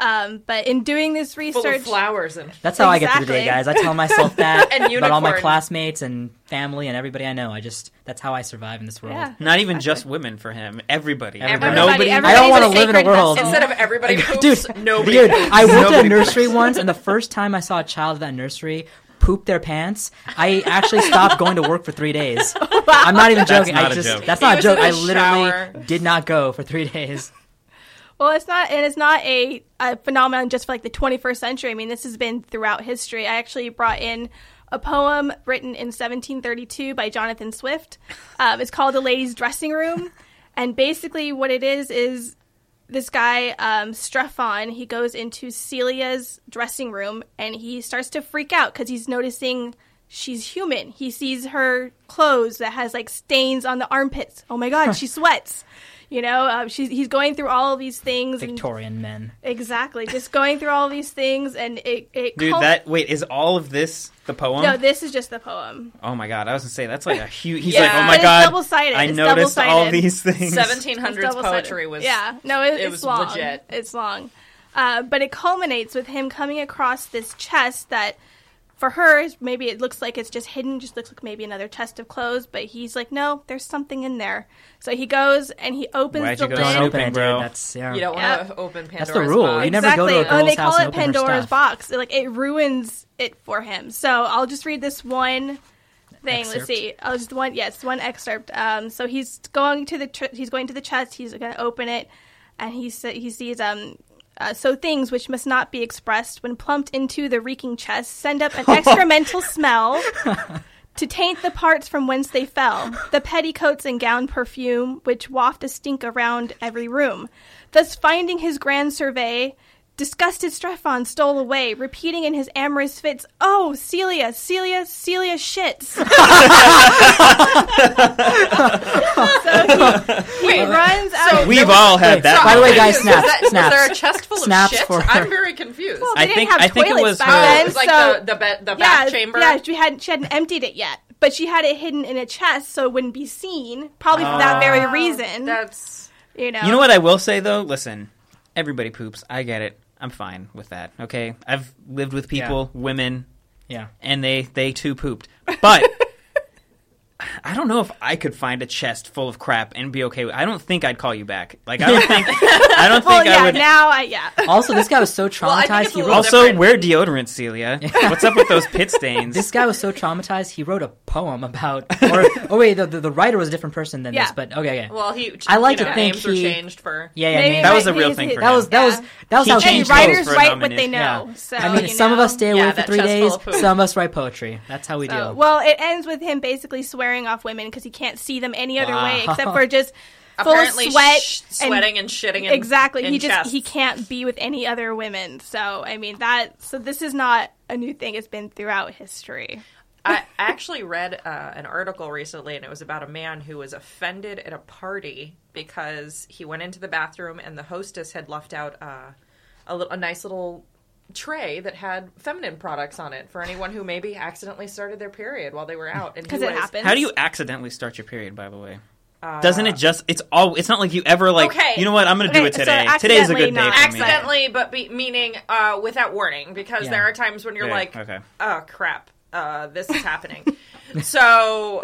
Um, but in doing this Full research, of flowers and that's how I get through the day, guys. Exactly. I tell myself that And about all my unicorn. classmates and family and everybody I know. I just that's how I survive in this world. yeah, Not even just women for him. Everybody. Everybody. Nobody. I don't want to everybody's a live in a sacred world vessel. instead of everybody poops, dude, nobody dude, poops. I worked at a Nobody nursery once, and the first time I saw a child at that nursery poop their pants, I actually stopped going to work for three days. I'm not even That's joking. not I a just joke. that's not a He was in joke. I the literally shower. did not go for three days. Well, it's not, and it's not a, a phenomenon just for like the 21st century. I mean, this has been throughout history. I actually brought in a poem written in 1732 by Jonathan Swift. Um, it's called "The Lady's Dressing Room," and basically, what it is is this guy um, Strephon. He goes into Celia's dressing room and he starts to freak out because he's noticing she's human. He sees her clothes that has like stains on the armpits. Oh my god, she sweats. You know, um, she's he's going through all of these things. and- Victorian men. exactly, just going through all these things, and it it Dude, cul- that wait is all of this the poem? No, this is just the poem. oh my god, I was gonna say that's like a huge. He's Yeah. like, oh my But it's god, double-sided. I It's noticed all double-sided. these things. 1700s double-sided. poetry was yeah no it, it it's was long legit. it's long uh, but it culminates with him coming across this chest that for her maybe it looks like it's just hidden just looks like maybe another chest of clothes but he's like no there's something in there so he goes and he opens Why'd you the go lid Don't open Snooping, it, dude. bro. That's yeah. You don't Yeah. want to open Pandora's the rule. You box. never go to a oh, they girl's call house and it open her Pandora's stuff. box. It, like it ruins it for him. So I'll just read this one thing. Let's Excerpt? see. I'll just one. Yes, one excerpt. Um, so he's going to the tr- he's going to the chest. He's going to open it, and he sa- he sees um. Uh, so things which must not be expressed when plumped into the reeking chest send up an excremental smell to taint the parts from whence they fell, the petticoats and gown perfume which waft a stink around every room. Thus, finding his grand survey, disgusted Strephon stole away, repeating in his amorous fits, "Oh, Celia, Celia, Celia shits." so he, he runs out. So- We've all had Wait, that. By the way, moment. guys, Was snaps, that- was snaps. there a chest full of Snaps shit? for her. I'm very confused. Well, I they think- didn't I have think it toilets was back her- Oh, it then, was like so the, the, ba- the yeah, back chamber. yeah, she hadn't she hadn't emptied it yet, but she had it hidden in a chest so it wouldn't be seen, probably for that very reason. That's you know, Ah. You know what I will say though? Listen, everybody poops. I get it. I'm fine with that. Okay, I've lived with people, women, Yeah. and they they too pooped. But I I don't know if I could find a chest full of crap and be okay with. I don't think I'd call you back. Like I don't think I don't Well, think yeah, I would. now I yeah. Also, this guy was so Well, I traumatized. think it's a he little wrote, also, different. wear deodorant, Celia. What's up with those pit stains? this guy was so traumatized. He wrote a poem about. Or, oh wait, the, the the writer was a different person than this. Yeah. But okay, okay. Well, he. I like you to know, think names he- were changed for. Yeah, yeah. Maybe name- That it was might a be real his- thing for that him. was that was Yeah. that was He how changed And changed clothes writers for a write what nominee. they know. Yeah. So I mean, you some of know. us stay away Yeah, for that three chest days. full of poop. Some of us write poetry. That's how we So, do. well, it ends with him basically swearing off women because he can't see them any other Wow. way except for just full Apparently, of sweat, sh- and- sweating and shitting. In, exactly. in he just chests. he can't be with any other women. So I mean that. So this is not a new thing. It's been throughout history. I I actually read uh, an article recently, and it was about a man who was offended at a party because he went into the bathroom and the hostess had left out uh, a, lit- a nice little tray that had feminine products on it for anyone who maybe accidentally started their period while they were out. And he 'Cause it was- happens. How do you accidentally start your period? By the way, doesn't it just? It's all. It's not like you ever like. Okay. You know what? I'm gonna do Uh, Okay, it so today. Today's a accidentally good day not. for me. Accidentally, but be, meaning uh, without warning, because Yeah. there are times when you're Yeah, like, okay. "Oh crap, uh, this is happening." so,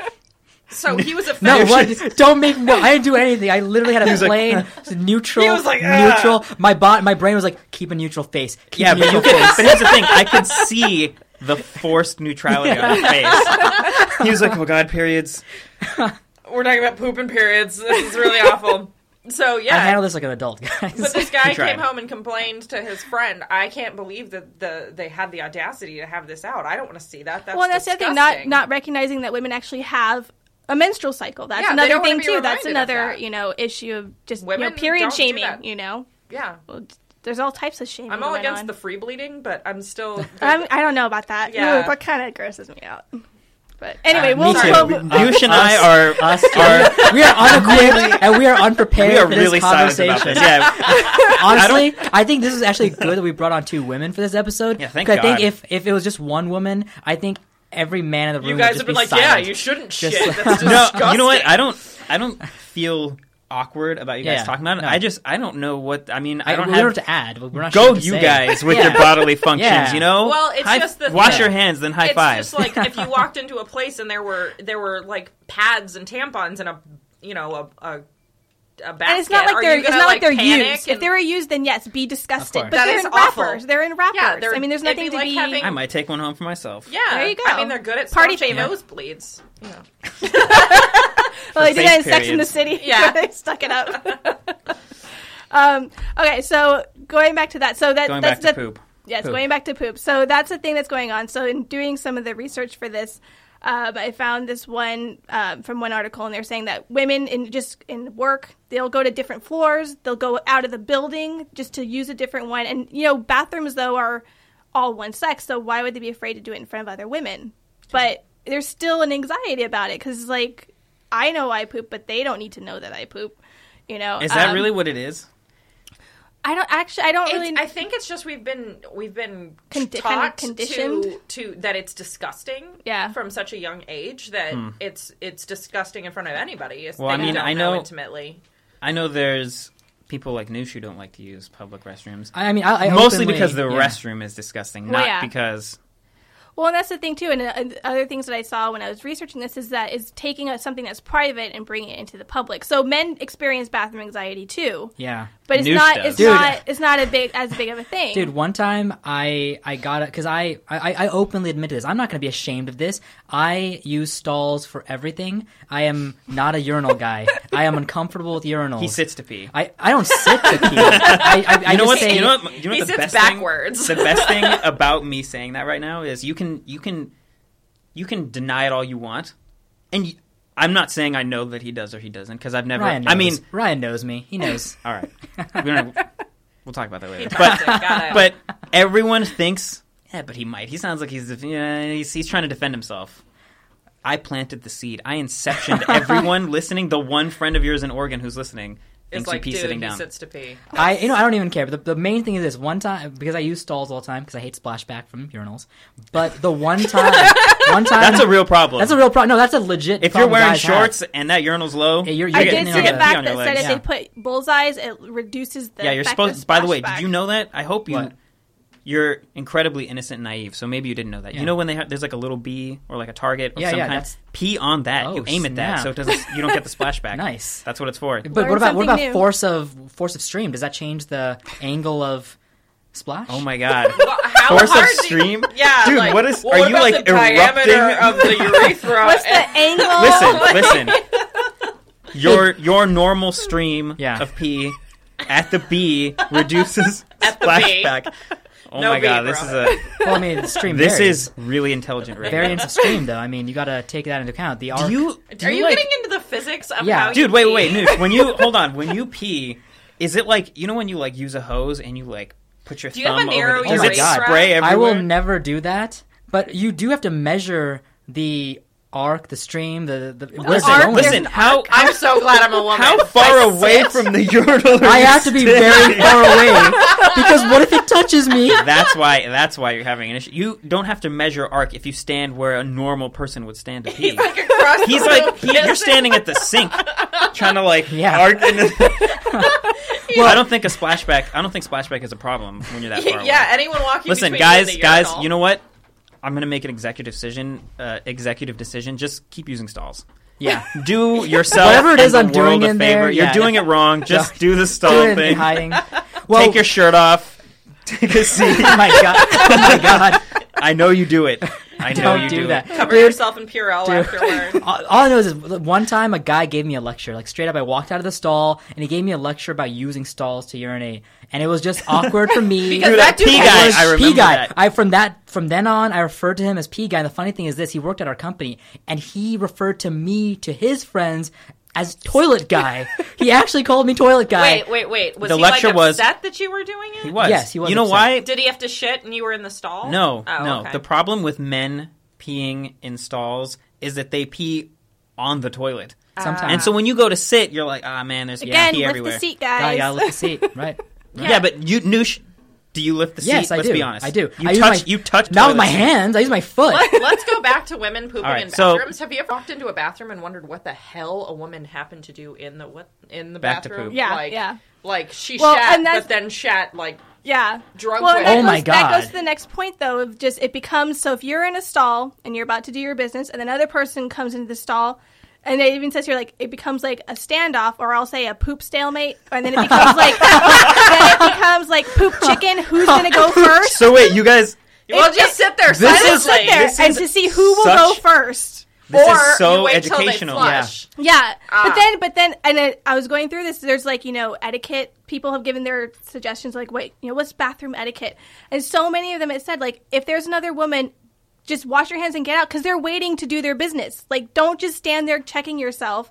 so he was No, offended. what? Don't make no. I didn't do anything. I literally had a plain neutral. He was like, "Ah." neutral. My bot, my brain was like, keep a neutral face. Keep Yeah, a but you neutral could. face. But here's the thing: I could see the forced neutrality on his face. He was like, "Oh God, periods." We're talking about poop and periods. This is really awful. So yeah, I handle this like an adult, guys. But this guy He tried. came home and complained to his friend, "I can't believe that the they had the audacity to have this out. I don't want to see that. That's well, that's disgusting. the other thing. Not not recognizing that women actually have a menstrual cycle. That's Yeah, they another don't wanna thing be too. That's reminded of another that. you know issue of just you know, Women don't period do shaming. that. You know, yeah. well, d- there's all types of shaming. I'm all going against on. the free bleeding, but I'm still. I'm, I don't know about that. Yeah. Uh, No, that kind of grosses me out. But anyway, we'll me too. hope. We- Yush and I us- are us are we are unequipped and we are unprepared we are for this really silent conversation. about this. Yeah, Honestly, I, think this is actually good that we brought on two women for this episode. Yeah, thank 'Cause I God. think if if it was just one woman, I think every man in the room you would guys just have be been like, silent. "Yeah, you shouldn't Just shit. like- That's no, disgusting." you know what? I don't. I don't feel awkward about you guys Yeah, talking about it. no. I just. I don't know what. I mean, I, I don't we have. don't have to add. but We're not sure go, what to you say. guys, with your Yeah. bodily functions. Yeah. You know. Well, it's High- just the wash thing. your hands, then high it's five. just like if you walked into a place and there were there were like pads and tampons and a you know a a, a basket. And it's not Are like you they're it's gonna, not like, they're panic used. and- If they were used, then yes, be disgusted. course. But That they're is in awful. wrappers. They're in wrappers. Yeah, they're- I mean, there's it'd be nothing like to be. having- I might take one home for myself. yeah, There you go. I mean, they're good at Party party favor. favor. nosebleeds. You know. well, they did that in face Sex in the periods. City. Yeah. they stuck it up. um, okay, so going back to that, so that Going that's back to the, poop. Yes, Poop. going back to poop. So that's the thing that's going on. So in doing some of the research for this, um, I found this one um, from one article, and they're saying that women in just in work, they'll go to different floors, they'll go out of the building just to use a different one, and you know bathrooms though are all one sex, so why would they be afraid to do it in front of other women? But there's still an anxiety about it because it's like I know I poop, but they don't need to know that I poop. You know, Is that Um, really what it is? I don't actually. I don't It's- really. I think it's just we've been we've been Condi- taught kind of conditioned. to, to that it's disgusting. Yeah. from such a young age that it's it's disgusting in front of anybody. It's Hmm. Well, they I mean, don't I know- intimately. I know there's people like Noosh who don't like to use public restrooms. I I mean, I, I Mostly openly- because the yeah. restroom is disgusting, not Well, yeah. because Well, and that's the thing too, and uh, and other things that I saw when I was researching this is that is taking a, something that's private and bringing it into the public. So men experience bathroom anxiety too, Yeah. but it's Noosh not does. it's Dude. not it's not a big as big of a thing. Dude, one time I I got it because I, I I openly admit to this. I'm not going to be ashamed of this. I use stalls for everything. I am not a urinal guy. I am uncomfortable with urinals. he sits to pee. I, I don't sit to pee. I, I, I you know just what? say you know what? You know He what the sits best backwards. Thing, the best thing about me saying that right now is you can you can you can deny it all you want, and y I'm not saying I know that he does or he doesn't because I've never. Ryan. Knows. I mean, Ryan knows me. He knows. all right, we don't, we'll talk about that later. Got But it, got it. but everyone thinks, yeah, but he might. He sounds like he's def- yeah, he's, he's trying to defend himself. I planted the seed. I inceptioned everyone listening. The one friend of yours in Oregon who's listening it's thinks like you pee dude, sitting he down. sits to pee. I you know I don't even care. But the, the main thing is this: one time because I use stalls all the time because I hate splashback from urinals. But the one time, one time That's a real problem. that's a real problem. No, that's a legit. If you're problem wearing guys have. shorts and that urinal's low, Yeah, you're- I get- you're did getting see on the the- pee fact on that your said legs. if Yeah. they put bullseyes, it reduces the yeah, you're effect of supposed. By the way, splashback. did you know that? I hope you What? you're incredibly innocent and naive, so maybe you didn't know that. Yeah. You know when they have, there's like a little bee or like a target of Yeah, some yeah, kind. that's- Pee on that. Oh, you aim at that, snap. so it doesn't. You don't get the splashback. Nice. That's what it's for. But Learn what about what about something new. force of force of stream? Does that change the angle of splash? Oh my god. How Force of hard do you- stream. Yeah, dude. like, what is? Well, are what you about like the erupting? diameter of the urethra? What's the and- angle? listen, listen. Your your normal stream Yeah. of pee at the B reduces At the bee. splashback. Oh No my god, bee, this is bro. a Well, I mean, the stream. this varies. is really intelligent right variance of stream, though. I mean, you got to take that into account. The now. arc. Do you do Are you like- getting into the physics of Yeah. how? you Dude, wait, wait, pee? wait, Noosh, when you hold on, when you pee, is it like you know when you like use a hose and you like put your Do you have thumb a narrow over the, does it urethra? spray everywhere? I will never do that, but you do have to measure the arc, the stream, the the. where's it arc going? Listen, how I'm so glad I'm a woman. how far away from the urinal? are I you have to be standing? very far away because what if it touches me? That's why. That's why you're having an issue. You don't have to measure arc if you stand where a normal person would stand to pee. across He's like, he, you're standing at the sink, trying to like Yeah. arc. Into well, I don't think a splashback. I don't think splashback is a problem when you're that far away. yeah, anyone walking. Listen, between you and guys, the guys, urinal. you know what? I'm gonna make an executive decision. Uh, executive decision. Just keep using stalls. Yeah, Do yourself Whatever it and is the I'm doing world a in favor. there, You're yeah. doing it wrong. Just do the stall doing thing. hiding. Well, Take your shirt off. Take a seat. oh my god! Oh my god! I know you do it. I know Don't you do do, that. It. cover Dude. yourself in Purell Dude. afterward. All all I know is that one time a guy gave me a lecture, like straight up. I walked out of the stall and he gave me a lecture about using stalls to urinate, and it was just awkward for me. Because Dude, that that dude pea has- guy. was I remember P guy. that. I from that from then on, I referred to him as P guy. And the funny thing is this: he worked at our company, and he referred to me to his friends as toilet guy. he actually called me toilet guy. Wait, wait, wait. Was The he lecture like was- upset that you were doing it? He was. Yes, he was You know upset. why? Did he have to shit and you were in the stall? No, Oh, no. okay. The problem with men peeing in stalls is that they pee on the toilet. Sometimes. And so when you go to sit, you're like, ah, man, there's Ah. Again, pee lift everywhere. the seat, God, I Uh, guys. gotta lick the seat, right? Yeah. but you, Noosh, do you lift the seat? Yes, I Let's do. be honest. I do. You I use touch. my- you touch. Not toilet with my seat. hands. I use my foot. Let, let's go back to women pooping All right, in so- bathrooms. Have you ever walked into a bathroom and wondered what the hell a woman happened to do in the what in the Back to bathroom? poop. Yeah, like, yeah. Like she Well, shat, and that's- but then shat like Yeah. Drug well, and that Oh my goes- That God. goes to the next point, though. Of just it becomes so if you're in a stall and you're about to do your business, and another person comes into the stall, and it even says here like it becomes like a standoff, or I'll say a poop stalemate, and then it becomes like then it becomes like poop chicken. Who's gonna go first? So wait, you guys. well, It- just it- sit there This is- silently, sit there this and is to see who will go such- first. This or is so you wait educational. Till they flush. Yeah, Ah. but then, but then, and I, I was going through this. There's like you know etiquette. People have given their suggestions, like wait, you know, what's bathroom etiquette? And so many of them, it said like if there's another woman, just wash your hands and get out because they're waiting to do their business. Like don't just stand there checking yourself.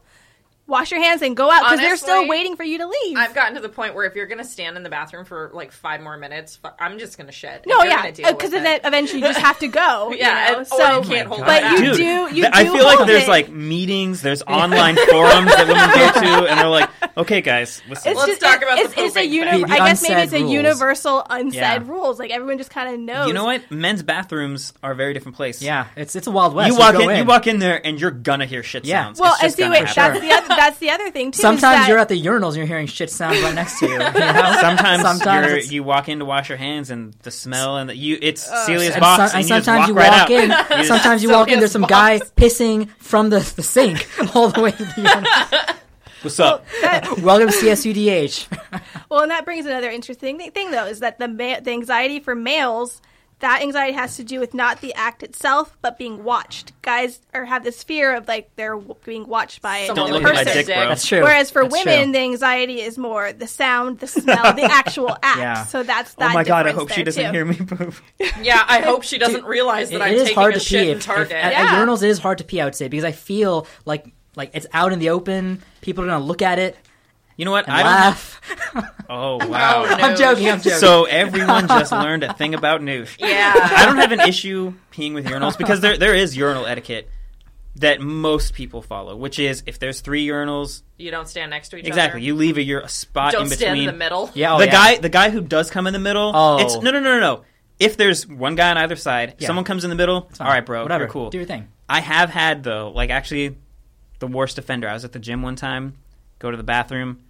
Wash your hands and go out because they're still Honestly, waiting for you to leave. I've gotten to the point where if you're gonna stand in the bathroom for like five more minutes, fu- I'm just gonna shit. no, If you're yeah, gonna Oh, deal because with then it. eventually you just have to go. Yeah, you know? and- or so you can't hold but it you Dude, do. You th- I do feel like hold there's it. like meetings, there's online forums that women go to, and they're like, "Okay, guys, listen, It's Let's just, talk it- about the it's, it's a pooping uni- thing. The I guess maybe unsaid it's a rules. universal unsaid Yeah. rules. Like everyone just kind of knows. you know what? Men's bathrooms are a very different place. yeah, it's it's a wild west. you walk go in, you walk in there, and you're gonna hear shit Yeah. sounds. Well, It's and just see, gonna wait, happen. that's the other, that's the other thing too. is Sometimes that- you're at the urinals and you're hearing shit sounds right next to you. you know? Sometimes, Sometimes you're, it's- you walk in to wash your hands, and the smell and the, you it's Celia's And box, so- and, and you sometimes just you walk, walk right in. out. You just- Sometimes you walk in. There's some guy Sylvia's pissing from the, the sink all the way. To the urinal. what's up? Welcome to Oh. CSUDH. well, and that brings another interesting thi- thing though is that the ma- the anxiety for males that anxiety has to do with not the act itself but being watched. Guys are have this fear of like they're w- being watched by Don't Someone look another at my Person dick, dick. bro. That's true. Whereas for That's women, true. the anxiety is more the sound, the smell, the actual act. Yeah. So that's Oh that. my god! I difference hope she there, doesn't too. hear me poop. yeah, I hope she doesn't realize that It- I'm it is taking hard a to shit pee. If, in if, Target. at, at Yeah. urinals, it is hard to pee. I would say because I feel like like it's out in the open. People are gonna look at it You know what? and I don't. laugh. Oh wow! no. I'm joking. I'm joking. So everyone just learned a thing about noosh. yeah. I don't have an issue peeing with urinals because there there is urinal etiquette that most people follow, which is if there's three urinals, You don't stand next to each exactly, other. you leave a, ur- a spot don't in between. stand in the middle. yeah, oh, the yeah. guy the guy who does come in the middle, Oh. it's no no no no no. If there's one guy on either side, Yeah. someone comes in the middle. All right, bro, Whatever. you're cool. Do your thing. I have had though, like actually, the worst offender. I was at the gym one time, go to the bathroom,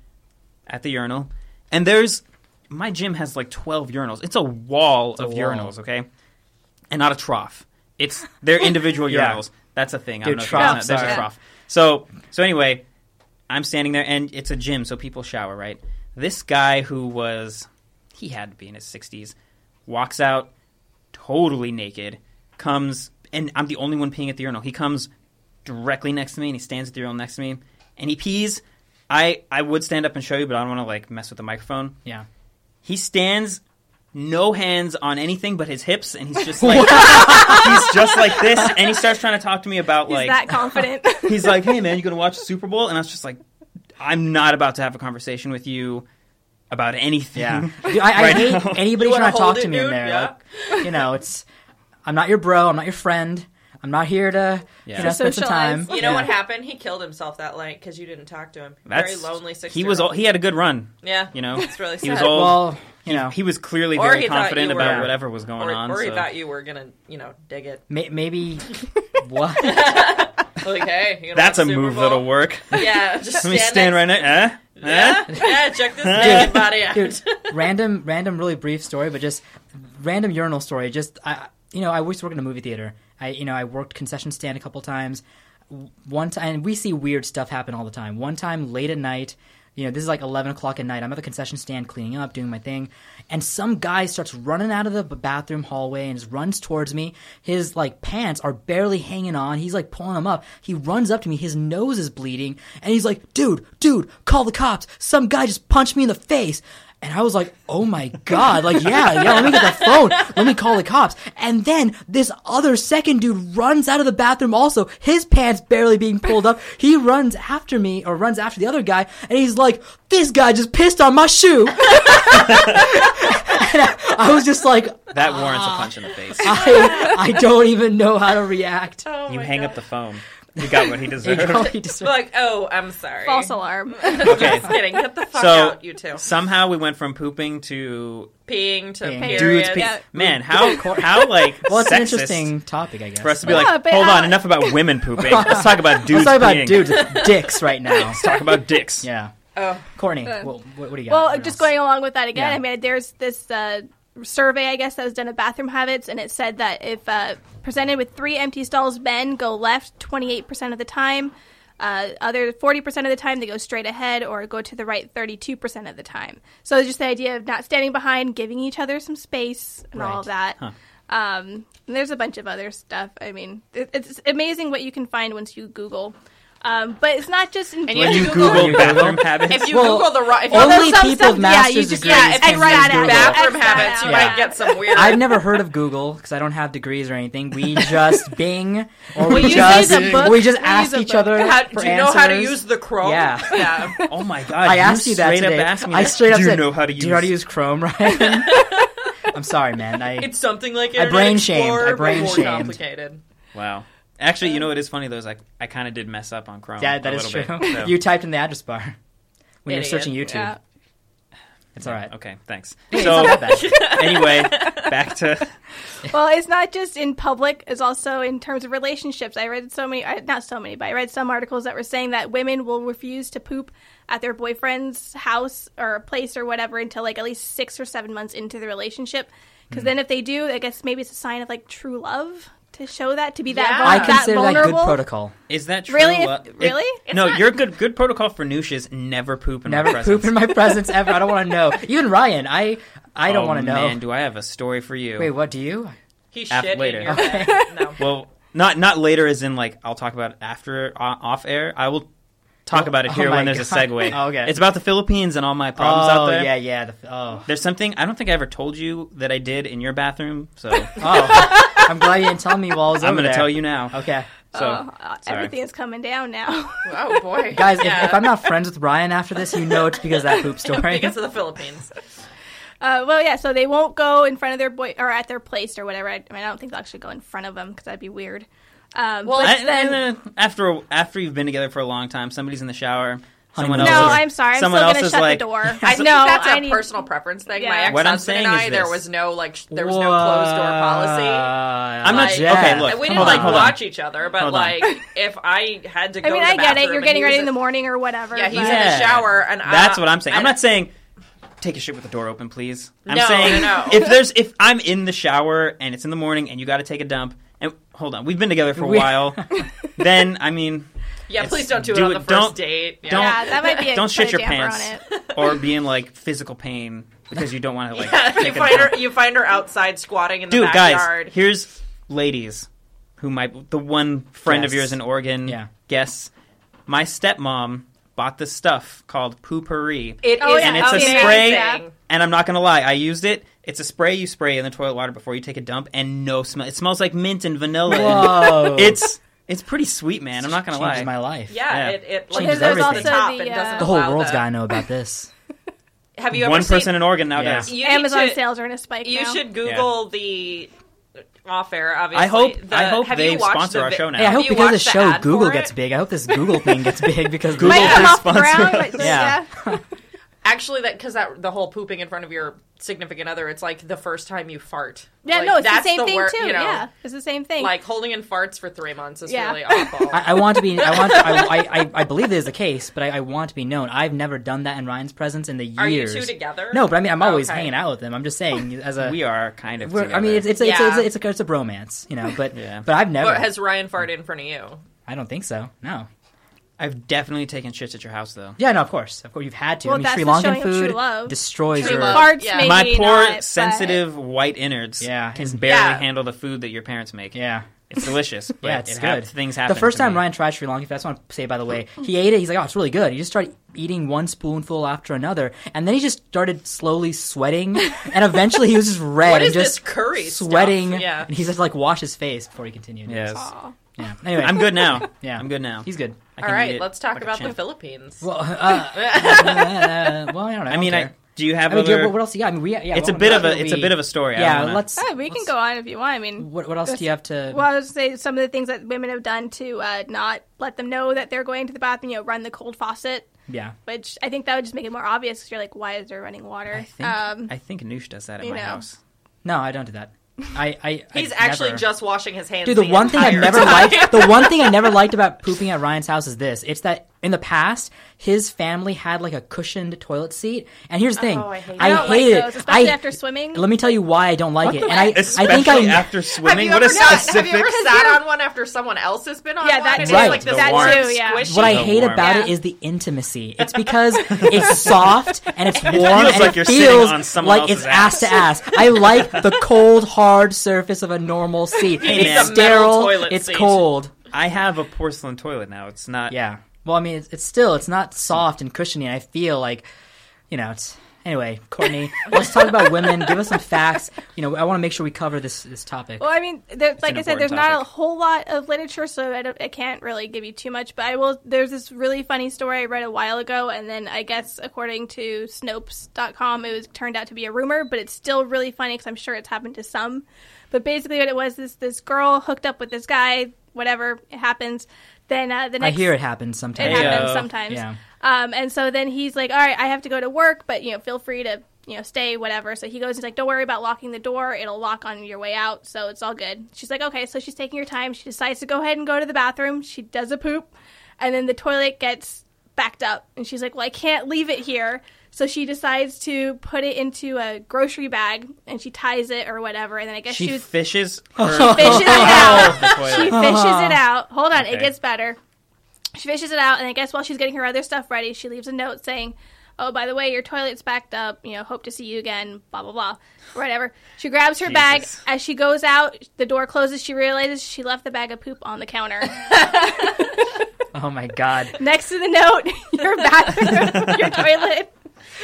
at the urinal, and there's my gym has like 12 urinals. It's a wall a of wall. urinals, okay? And not a trough. It's they're individual Yeah. urinals. That's a thing. I They're don't know if you guys know- troughs, There's sorry. a trough. So so anyway, I'm standing there and it's a gym, so people shower, right? This guy who was he had to be in his 60s walks out totally naked, comes and I'm the only one peeing at the urinal. He comes directly next to me and he stands at the urinal next to me and he pees. I I would stand up and show you, but I don't want to like mess with the microphone. Yeah. He stands, no hands on anything but his hips, and he's just like he's just like this, and he starts trying to talk to me about He's like that confident. he's like, "Hey man, you gonna watch the Super Bowl?" And I was just like, "I'm not about to have a conversation with you about anything." Yeah. Dude, I, I Right hate now. anybody You wanna trying to hold talk it, to me in dude? there. Yeah. Like, you know, it's I'm not your bro. I'm not your friend. I'm not here to Yeah. you know, spend some time. Socialize. You know Yeah. what happened? He killed himself that night because you didn't talk to him. That's, Very lonely. Six. He was. Old, he had a good run. yeah. You know, It's really he was sad. old. Well, you know, he was clearly Or very he thought confident you were- about Yeah. whatever was going or, on. or he so. thought you were gonna, you know, dig it. may- maybe what? Like, hey, you gonna That's a watch the Super move Bowl? that'll work. Yeah, just Let me stand right now. Eh? Eh? Yeah, yeah. Check this naked body out. Dude, random, random, really brief story, but just random urinal story. Just I, you know, I used to work in a movie theater. I, you know, I worked concession stand a couple times. W- One time, and we see weird stuff happen all the time. One time, late at night, you know, this is like eleven o'clock at night. I'm at the concession stand cleaning up, doing my thing, and some guy starts running out of the b- bathroom hallway and just runs towards me. His like pants are barely hanging on. He's like pulling them up. He runs up to me. His nose is bleeding, and he's like, "Dude, dude, call the cops! Some guy just punched me in the face." And I was like, oh my God. Like, yeah, yeah, let me get the phone. Let me call the cops. And then this other second dude runs out of the bathroom also, his pants barely being pulled up. He runs after me or runs after the other guy and he's like, this guy just pissed on my shoe. and I, I was just like, That warrants a punch in the face. I, I don't even know how to react. Oh you my hang God. up the phone. You got what he You deserved. know, he just- Like, oh, I'm sorry. False alarm. Okay. Just kidding. Get the fuck So- out, you two. Somehow we went from pooping to Peeing to Peeing. period. dudes. Pe- Yeah. Man, how how like well, it's sexist an interesting topic, I guess. for us to be Yeah, like, but hold how- on, enough about women pooping. Let's talk about dudes. Let's talk about peeing. dudes, dicks right now. Let's talk about dicks. Yeah. Oh, Courtney, Uh, what, what, what do you got? Well, What just else? going along with that again, Yeah. I mean, there's this uh, survey, I guess, that was done at Bathroom Habits, and it said that if uh, presented with three empty stalls, men go left 28% of the time. Uh, other 40% of the time, they go straight ahead or go to the right 32% of the time. So it's just the idea of not standing behind, giving each other some space and all Right. of that. Um, and there's a bunch of other stuff. I mean, it, it's amazing what you can find once you Google. Um, but it's not just in And When you Google- Google Google- bathroom habits, if you Well, Google the right, if you only Google there's some people stuff- with yeah, you master's just- degrees yeah, if can you write use that out, Google. bathroom bathroom habits, you Yeah. might get some weird. I've never heard of Google because I don't have degrees or anything. We just Bing or we, use just a book. we just We ask use a each book. other. How, for do you know how to answers. use the Chrome? Yeah. yeah. oh my god, I asked you that straight today. up asked me. I that. straight up do you said, know how to use? Do you know how to use Chrome, Ryan? I'm sorry, man. I It's something like I Internet brain shamed. I Explorer, but brain more shamed. complicated. Wow. Actually, you know it is funny though. Is I I kind of did mess up on Chrome. that, that a is true. little bit, so- You typed in the address bar when Idiot. you're searching YouTube. Yeah. It's all right. Okay, thanks. Hey, it's so not that bad. anyway, back to well, it's not just in public; it's also in terms of relationships. I read so many, I- not so many, but I read some articles that were saying that women will refuse to poop at their boyfriend's house or place or whatever until like at least six or seven months into the relationship. Hmm. Because then, if they do, I guess maybe it's a sign of like true love to show that to be that Yeah. vul- I Not consider that, good vulnerable. protocol. is that true? Really? Uh, If- really? It's no, not- your good good protocol for noosh is never poop in Never my presence. poop in my presence ever. I don't want to know. Even Ryan, I I don't Oh, want to know. Man, do I have a story for you? Wait, what do you? He App shit later. in your bed. No. Well, not not later, as in like I'll talk about it after uh, off air. I will talk Oh, about it oh here my when there's God. a segue. Oh, okay. It's about the Philippines and all my problems oh out there. yeah, yeah. The, oh. There's something I don't think I ever told you that I did in your bathroom, so Oh, I'm glad you didn't tell me while I was I'm over gonna there. tell you now. Okay, So Oh, uh, sorry. everything is coming down now. Oh boy, guys, Yeah. if, if I'm not friends with Ryan after this, you know it's because of that poop I story. think it's the Philippines. Uh, well, yeah. So they won't go in front of their boy or at their place or whatever. I, I mean, I don't think they'll actually go in front of them because that'd be weird. Um, Well, but I- then, and, uh, after after you've been together for a long time, somebody's in the shower. Someone Honeymoon else. no, is- I'm sorry. I'm someone still else gonna is shut like- the door. I no, think that's a I need- personal preference thing. Yeah. My What I'm ex-husband saying and I, is there this. was no like, there was no closed door policy. I'm not- Like, okay, look, And we hold didn't on, like hold on. watch each other, but Hold on. like, if I had to go, I mean, to the I get it. bathroom You're and getting he was ready in- in the morning or whatever. Yeah, he's but- in Yeah. the shower, and That's Uh, I, what I'm saying. I'm and- not saying take a shit with the door open, please. I'm No, saying no, no. if there's if I'm in the shower and it's in the morning and you got to take a dump and hold on, we've been together for a We- while. then I mean, Yeah, It's- please don't do, do it on it- the 1st don't- date. Yeah. don't- yeah, that might be a don't shit put a your damper pants on it. or be in like physical pain because you don't want to like. Yeah, you take a find dump. her. You find her outside squatting in the Dude, backyard. guys, here's ladies who might the one friend of Guess. yours in Oregon. Yeah. guess my stepmom bought this stuff called poopery. It Oh, is yeah. and it's a amazing. spray. Yeah. And I'm not gonna lie, I used it. It's a spray you spray in the toilet water before you take a dump, and no smell. It smells like mint and vanilla. and Whoa. It's it's pretty sweet, man. I'm not gonna Changes lie. my life. Yeah, Yeah. it, it like, Changes goes to everything. The top and The, uh, doesn't The whole allow world's the- got to know about this. Have you ever One seen, person in Oregon now Yeah. does. you need Amazon to- sales are in a spike. You now. should Google the off air. Obviously, I hope- The- I hope have they you watched sponsor the our vi- show now. Hey, I Have hope you because of watched this the show ad Google for gets it? big. I hope this Google thing gets big because Google. might come please off the sponsor ground. us. but- Yeah. yeah. Actually, that because that the whole pooping in front of your significant other, it's like the first time you fart. Yeah, Like, no, it's the that's same thing wor- too. you know, yeah, it's the same thing. like holding in farts for three months is Yeah. really awful. I, I want to be. I want. I, I, I, I believe this is the case, but I, I want to be known. I've never done that in Ryan's presence in the years. Are you two together? No, but I mean, I'm always Okay. hanging out with them. I'm just saying, as a. We are kind of. we're- I mean, together. it's it's, it's, Yeah. it's, it's, a, it's a bromance, you know. But Yeah. but I've never. But has Ryan farted in front of you? I don't think so. No. I've definitely taken shits at your house though. Yeah, no, of course, of course, you've had to. Well, I mean, that's Sri the showing Lankan of true food love. destroys True your. love. farts, Yeah. maybe My poor not, but- sensitive white innards Yeah, can it's- barely Yeah. handle the food that your parents make. Yeah. It's delicious. But Yeah, it's it hap- good. things happen. The first to time me. Ryan tried Sri Lankan food, I just want to say by the way, he ate it. He's like, "Oh, it's really good." He just started eating one spoonful after another, and then he just started slowly sweating, and eventually he was just red What and is this just curry stuff? sweating. Yeah. and he just like wash his face before he continued. Yes. Aw. yeah. Anyway, I'm good now. Yeah. I'm good now. He's good. I All can eat right, it let's talk like a about the champ. Philippines. Well, uh, uh, uh, well, I don't know. I mean, don't I, care. do you have I mean, do you- other? what else you got? I mean, we, yeah, it's a what- bit what of a do it's a we- bit of a story. I Yeah, don't wanna- let's. Um, Yeah, we can let's- go on if you want. I mean, What, what else do you have to? well, I would say some of the things that women have done to uh, not let them know that they're going to the bathroom. You know, run the cold faucet, yeah, which I think that would just make it more obvious because you're like, why is there running water? I think um, I think Noosh does that at you my know. house. no, I don't do that. I, I He's I've actually never- just washing his hands. Dude, the one thing I've entire never time. liked, the one thing I never liked about pooping at Ryan's house is this: it's that in the past, his family had like a cushioned toilet seat, and here's the thing: Oh, I hate I I don't like hate those, it. especially I- after swimming. let me tell you why I don't like it, and I, I Especially think I, after Have swimming. you, What ever a sat, have specific. you ever sat on one after someone else has been on Yeah, one? that And it's too. like this Right. warm That too, yeah. squishy- what I The hate warmth. about it Yeah. is the intimacy. It's because it's soft and it's warm and like it you're sitting feels on someone like it's else's ass. ass to ass. I like the cold, hard surface of a normal seat. It's a metal It's sterile. toilet It's seat. cold. I have a porcelain toilet now. It's not. Yeah. Well, I mean, it's, it's still it's not soft and cushiony. And I feel like, you know, it's anyway. Courtney, let's talk about women. Give us some facts. You know, I want to make sure we cover this this topic. Well, I mean, there, like an I said, there's important not a topic. whole lot of literature, so I, don't, I can't really give you too much. But I will. There's this really funny story I read a while ago, and then I guess according to Snopes.com, it was turned out to be a rumor, but it's still really funny because I'm sure it's happened to some. But basically, what it was is this girl hooked up with this guy. Whatever it happens, then uh, the I next hear it happens it sometimes. Hey, happens uh, sometimes. yeah. Um, and so then he's like, "All right, I have to go to work, but you know, feel free to you know stay, whatever." So he goes, he's like, "Don't worry about locking the door; it'll lock on your way out, so it's all good." She's like, "Okay." So she's taking her time. She decides to go ahead and go to the bathroom. She does a poop, and then the toilet gets backed up, and she's like, "Well, I can't leave it here." So she decides to put it into a grocery bag, and she ties it or whatever, and then I guess She she was fishes. Her fishes it out out the toilet. she fishes Uh-huh. it out. Hold on, Okay. it gets better. She fishes it out, and I guess while she's getting her other stuff ready, she leaves a note saying, "Oh, by the way, your toilet's backed up. You know, hope to see you again." Blah blah blah, whatever. She grabs her bag Jesus. as she goes out. The door closes. She realizes she left the bag of poop on the counter Oh my god. next to the note. Your bathroom, your toilet.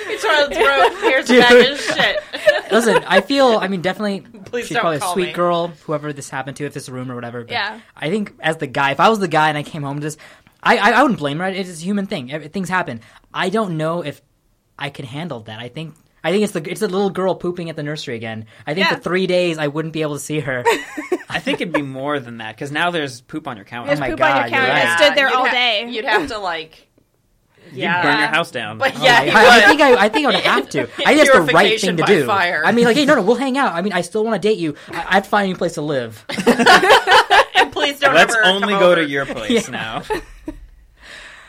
It's one of those broke. Here's a Dude. bag of shit. Listen, I feel. I mean, definitely. Please she's don't probably a call sweet me. girl. Whoever this happened to, if it's a room or whatever. But Yeah. I think as the guy, if I was the guy and I came home to this, I I, I wouldn't blame her. It's a human thing. Ev- Things happen. I don't know if I could handle that. I think. I think it's the it's the little girl pooping at the nursery again. I think Yeah. for three days I wouldn't be able to see her. I think it'd be more than that because now there's poop on your counter. There's Oh my poop God, on your counter. you're I right. stood there you'd all ha- day. You'd have to like, You yeah, burn your house down. But I, yeah, he I would. think I, I think I would have to. I think that's the right thing Purification to by do. fire. I mean, like, hey, no, no, we'll hang out. I mean, I still want to date you. I, I'd find you a place to live. and please don't Let's ever only come go over. to your place now.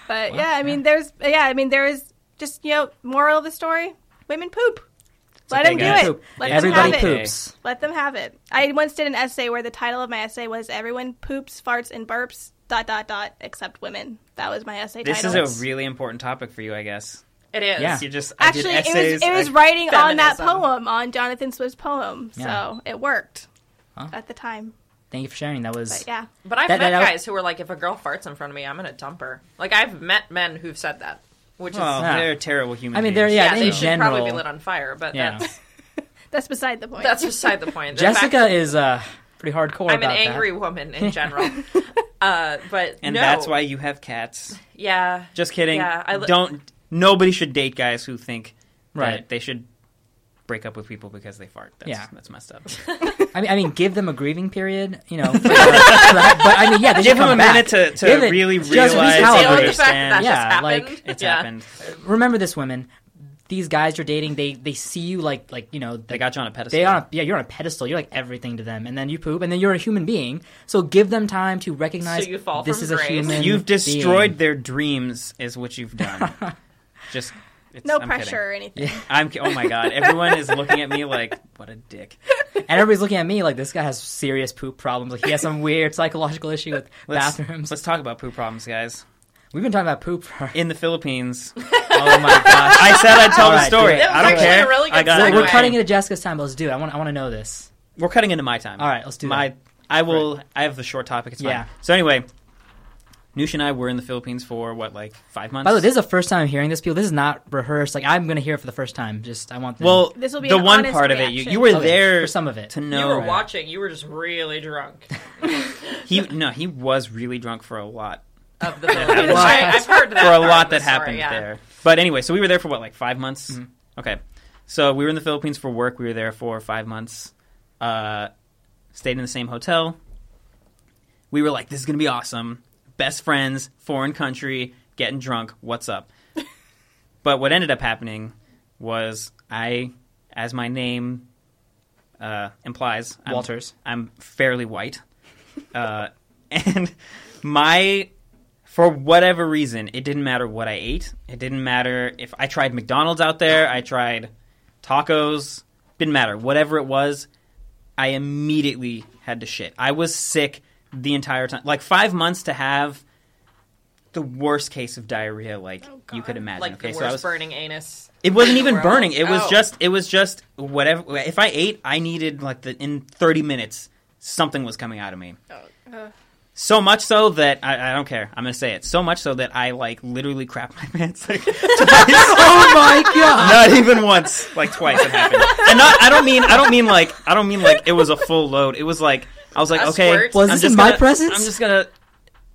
But yeah, I mean, there's yeah, I mean, there is just you know, moral of the story: Women poop. Let okay, them do guys. it. Poop. Let Everybody them have it. poops. Let them have it. I once did an essay where the title of my essay was "Everyone poops, farts, and burps." Dot dot dot. Except women. That was my essay This title. is a really important topic for you, I guess. It is. Yeah. You just I did Actually, it essays, was it was I- writing on that Feminism. poem on Jonathan Swift's poem, Yeah. so it worked Huh. at the time. Thank you for sharing. That was But yeah, But I've That- met that- guys who were like, if a girl farts in front of me, I'm gonna dump her. Like I've met men who've said that, which is Well, Yeah. Oh, they're terrible human. I mean, they're- beings. yeah, in they should probably general- be lit on fire. But Yeah. that's that's beside the point. that's beside the point. The Jessica fact- is uh, pretty hardcore. I'm an about that. angry woman in general. uh, but and no. that's why you have cats. yeah, Just kidding. Yeah, I li- Don't. Nobody should date guys who think Right. that they should break up with people because they fart. That's, Yeah. that's messed up. I mean, I mean, give them a grieving period, you know. for- for that, but I mean, yeah, they should Give them come a back. minute to, to Give it- really just realize recalibrate. and Deal with the fact understand. that Yeah, just happened. like, it's Yeah. happened. Remember this, women. These guys you're dating, they they see you like like you know They they got you on a pedestal. they on a, yeah you're on a pedestal. You're like everything to them, and then you poop, and then you're a human being. So give them time to recognize So you fall this from is a grace. human. You've being. destroyed their dreams, is what you've done. Just it's, no I'm pressure kidding. or anything. I'm ki- oh my god! Everyone is looking at me like what a dick. and everybody's looking at me like this guy has serious poop problems. Like he has some weird psychological issue with Let's, bathrooms. Let's talk about poop problems, guys. We've been talking about poop for In the Philippines, oh my gosh. I said I'd tell All the right, story. do it. That was I don't actually care. a really good I got segue. it. So we're Anyway. cutting into Jessica's time, but let's do it. I want I want to know this. We're cutting into my time. All right, let's do my. that. I will. I have the short topic. It's fine. Yeah. So anyway, Noosh and I were in the Philippines for what, like five months. By the way, this is the first time I'm hearing this. People, this is not rehearsed. Like I'm gonna hear it for the first time. Just I want them, well, This will be the an one honest part of it. You, reaction. you were Okay, there for some of it. to know. you were watching. You were just really drunk He no, he was really drunk for a lot of the. I, was. I've heard that for a part lot that of the story, happened yeah. there. But anyway, so we were there for what, like five months? Mm-hmm. Okay. So we were in the Philippines for work. We were there for five months. Uh, stayed in the same hotel. We were like, this is going to be awesome. Best friends, foreign country, getting drunk. What's up? but what ended up happening was I, as my name uh, implies, I'm- Walters. I'm fairly white. Uh, and my for whatever reason, it didn't matter what I ate. It didn't matter if I tried McDonald's out there, I tried tacos, didn't matter. Whatever it was, I immediately had to shit. I was sick the entire time. Like 5 months to have the worst case of diarrhea like you could imagine. Oh, Like okay, the worst so I was burning anus. it wasn't even Gross. burning. It was Oh. just it was just whatever if I ate, I needed like the in 30 minutes something was coming out of me. Oh, Ugh. So much so that I, I don't care. I'm gonna say it. So much so that I like literally crap my pants like twice. oh my god. not even once. Like twice it happened. And not I don't mean I don't mean like I don't mean like it was a full load. It was like I was like, A okay. squirt? Was I'm this just in my gonna- presence? I'm just gonna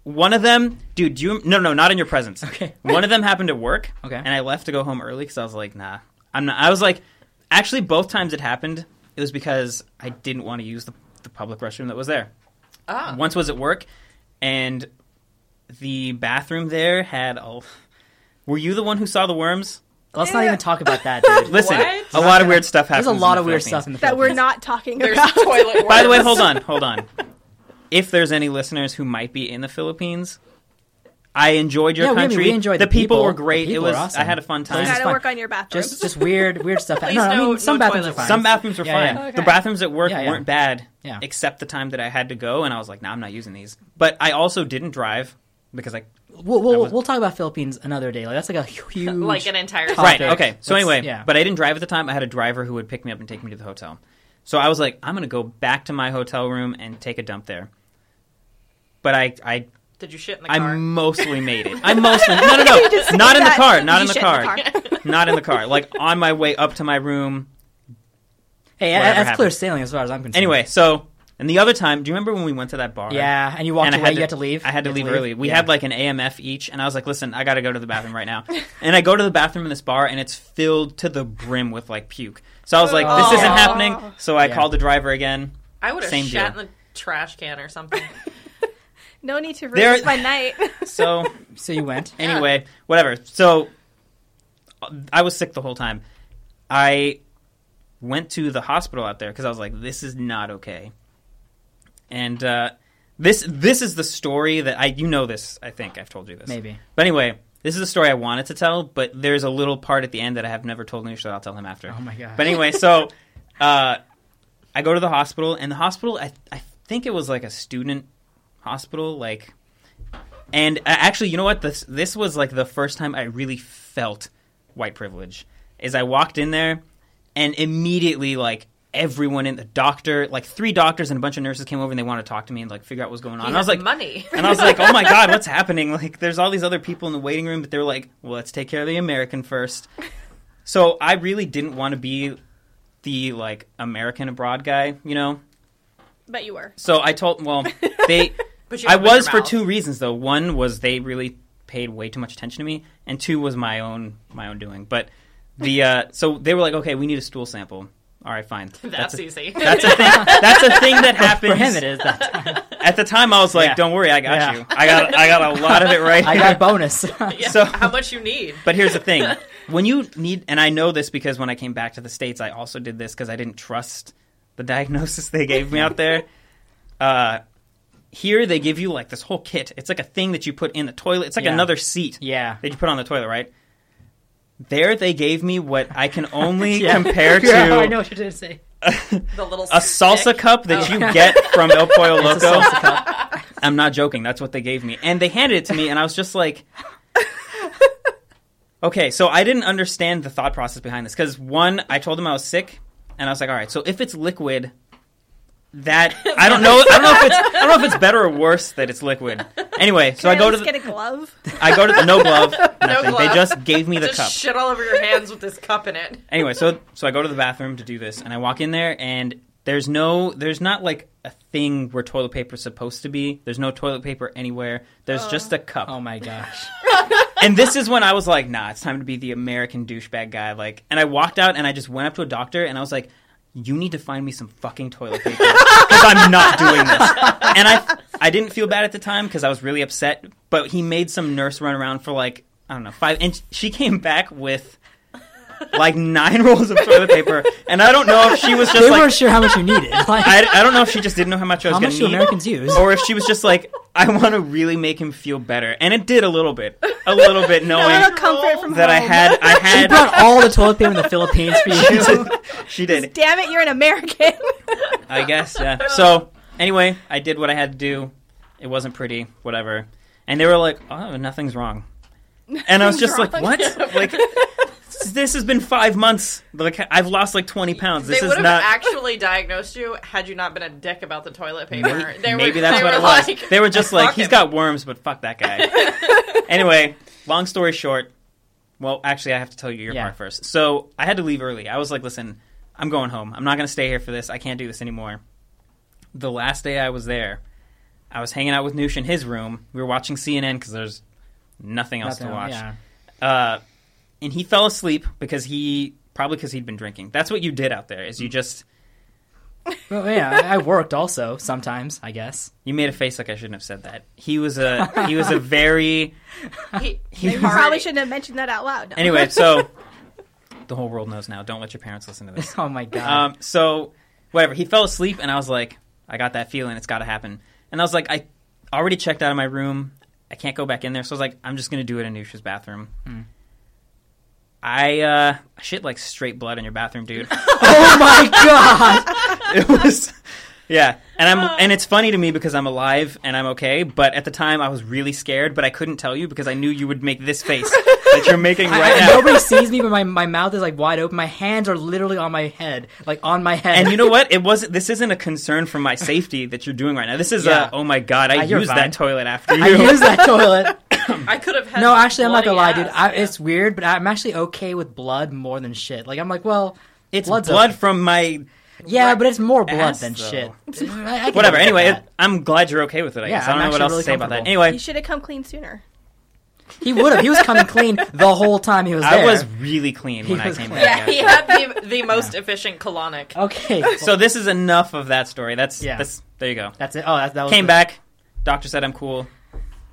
one of them, dude. Do you no, no, not in your presence. Okay. One of them happened at work. Okay. And I left to go home early because I was like, nah, I'm not. I was like, actually, both times it happened, it was because I didn't want to use the, the public restroom that was there. Ah. Once was at work, and the bathroom there had. Oh, were you the one who saw the worms? Let's not even talk about that, dude. Listen, What? a lot of weird stuff happens. There's a lot in of the weird Philippines. stuff in the That we're Philippines. not talking There's about. toilet. By the way, worms. hold on, hold on. If there's any listeners who might be in the Philippines, I enjoyed your Yeah, we- I mean, country. we enjoyed the, the people, people. were great. The it people was were awesome. I had a fun You time. It's gotta fine. work on your bathroom. just just weird weird stuff. no, Please no, I no- mean some no bathrooms are toilet fine. Some bathrooms were Yeah, fine. yeah. Okay. The bathrooms at work Yeah, yeah. weren't bad, Yeah. except the time that I had to go, and I was like, "Nah, I'm not using these." But I also didn't drive because I. We'll, we'll, I was- we'll talk about Philippines another day. Like that's like a huge. Like an entire Right. Topic. Okay. So Let's- anyway, yeah. but I didn't drive at the time. I had a driver who would pick me up and take me to the hotel. So I was like, I'm going to go back to my hotel room and take a dump there. But I, I Did you shit in the I car? mostly made it. I mostly no no no just not in the that. car, not You in the shit in car, not in the car. Like on my way up to my room. hey, whatever that's clear happened. sailing as far as I'm concerned. Anyway, so and the other time, do you remember when we went to that bar? yeah, and you walked and away. you had to leave. I had to You leave early. We Yeah. had like an AMF each, and I was like, "Listen, I got to go to the bathroom right now." and I go to the bathroom in this bar, and it's filled to the brim with like puke. So I was like, "This isn't Aw. happening." So I Yeah. called the driver again. I would have Same shat deal. in the trash can or something. no need to ruin There- my night. So So you went. anyway, whatever. So I was sick the whole time. I went to the hospital out there because I was like, this is not okay. And uh, this this is the story that I you know this I think I've told you this Maybe. but anyway This is a story I wanted to tell, but there's a little part at the end that I have never told Nish that I'll tell him after. Oh my god. But anyway, so uh, I go to the hospital, and the hospital, I, I think it was like a student hospital, like, and uh, actually, you know what? This this was like the first time I really felt white privilege. Is I walked in there, and immediately like everyone in the doctor, like three doctors and a bunch of nurses came over and they wanted to talk to me and like figure out what's going on. He And I was has like, money. and I was like, oh my God, what's happening? Like, there's all these other people in the waiting room, but they're like, well, let's take care of the American first. So I really didn't want to be the, like, American abroad guy, you know? But you were. So I told, well, they, But you I opened your was for mouth. two reasons, though. One was they really paid way too much attention to me, and two was my own, my own doing. But the, uh, so they were like, okay, we need a stool sample. All right, fine. That's, a, easy. that's a thing. That's a thing that happens for him it is. That time. at the time I was like, Yeah. "Don't worry, I got Yeah. you. I got I got a lot of it right." I here." got a bonus. Yeah, So- how much you need? but here's the thing: when you need, and I know this because when I came back to the states, I also did this because I didn't trust the diagnosis they gave me out there. Uh, here they give you like this whole kit. It's like a thing that you put in the toilet. It's like Yeah. another seat yeah. that you put on the toilet, right? There they gave me what I can only Yeah. compare to Yeah, I know what you're going to say. The little a salsa stick. cup that Oh. you get from El Pollo Loco. It's a salsa cup. I'm not joking. That's what they gave me. And they handed it to me, and I was just like, okay, so I didn't understand the thought process behind this. Because, one, I told them I was sick, and I was like, all right, so if it's liquid, that I don't know. I don't know if it's I don't know if it's better or worse that it's liquid. Anyway, so I Can I go to at least the, get a glove. I go to the, no glove, nothing. They glove. just gave me the Just cup. shit all over your hands with this cup in it. anyway, so so I go to the bathroom to do this, and I walk in there, and there's no, there's not like a thing where toilet paper's supposed to be. There's no toilet paper anywhere. There's just a cup. Oh my gosh. And this is when I was like, nah, it's time to be the American douchebag guy. Like, and I walked out, and I just went up to a doctor, and I was like. You need to find me some fucking toilet paper because I'm not doing this. And I, I didn't feel bad at the time because I was really upset. But he made some nurse run around for like I don't know five, and she came back with like nine rolls of toilet paper. And I don't know if she was just They like weren't sure how much you needed. Like, I, I don't know if she just didn't know how much I was how going much to do need, Americans use? or if she was just like, I want to really make him feel better, and it did a little bit, a little bit, A knowing little comfort from that I home. had, I She had. brought all the toilet paper in the Philippines for you. she did, Damn it, you're an American. I guess. Yeah. So anyway, I did what I had to do. It wasn't pretty, whatever. And they were like, "Oh, nothing's wrong," and I was just like, "What? like, this has been five months. Like, I've lost like twenty pounds. This they is would have not." actually diagnosed you had you not been a dick about the toilet paper. May- they maybe were, that's they what were it was. Like, they were just like, "Fuck he's him." got worms, but fuck that guy. anyway, long story short, well, actually, I have to tell you your Yeah. part first. So I had to leave early. I was like, listen, I'm going home. I'm not going to stay here for this. I can't do this anymore. The last day I was there, I was hanging out with Noosh in his room. We were watching CNN because there's nothing else to watch. Yeah. Uh, and he fell asleep because he probably because he'd been drinking. That's what you did out there. Mm. Is you just Well, yeah, I I worked also sometimes, I guess. You made a face like I shouldn't have said that. He was a he was a very He, He he was- You probably probably should. shouldn't have mentioned that out loud. No. anyway. So the whole world knows now. Don't let your parents listen to this. Oh my god. Um, so whatever. He fell asleep, and I was like, I got that feeling. It's got to happen. And I was like, I already checked out of my room. I can't go back in there. So I was like, I'm just gonna do it in Nusha's bathroom. I uh, shit like straight blood in your bathroom, dude. oh my god. it was yeah and i'm and it's funny to me because i'm alive and i'm okay but at the time i was really scared but i couldn't tell you because i knew you would make this face that you're making I- right I- now nobody sees me, but my, my mouth is like wide open. My hands are literally on my head, like on my head. and you know what it wasn't this isn't a concern for my safety that you're doing right now this is Yeah. a oh my god i Ah, you're used fine. that toilet after you I use that toilet. I could have had. No, actually, I'm not gonna lie, bloody dude. ass. I, It's weird, but I'm actually okay with blood more than shit. Like, I'm like, well, it's blood's blood okay. from my yeah, but it's more blood Ass, than though. shit. I- I can whatever live with anyway that. it, i'm glad you're okay with it i Yeah, guess i don't I'm know what actually else really to say about that comfortable. anyway You should have come clean sooner. he would have. He was coming clean the whole time he was there. i was really clean He when i was came clean. back Yeah, he had the the most efficient colonic. okay. so this is enough of that story that's Yeah. that's there you go that's it. Oh, that, that was came the- back doctor said i'm cool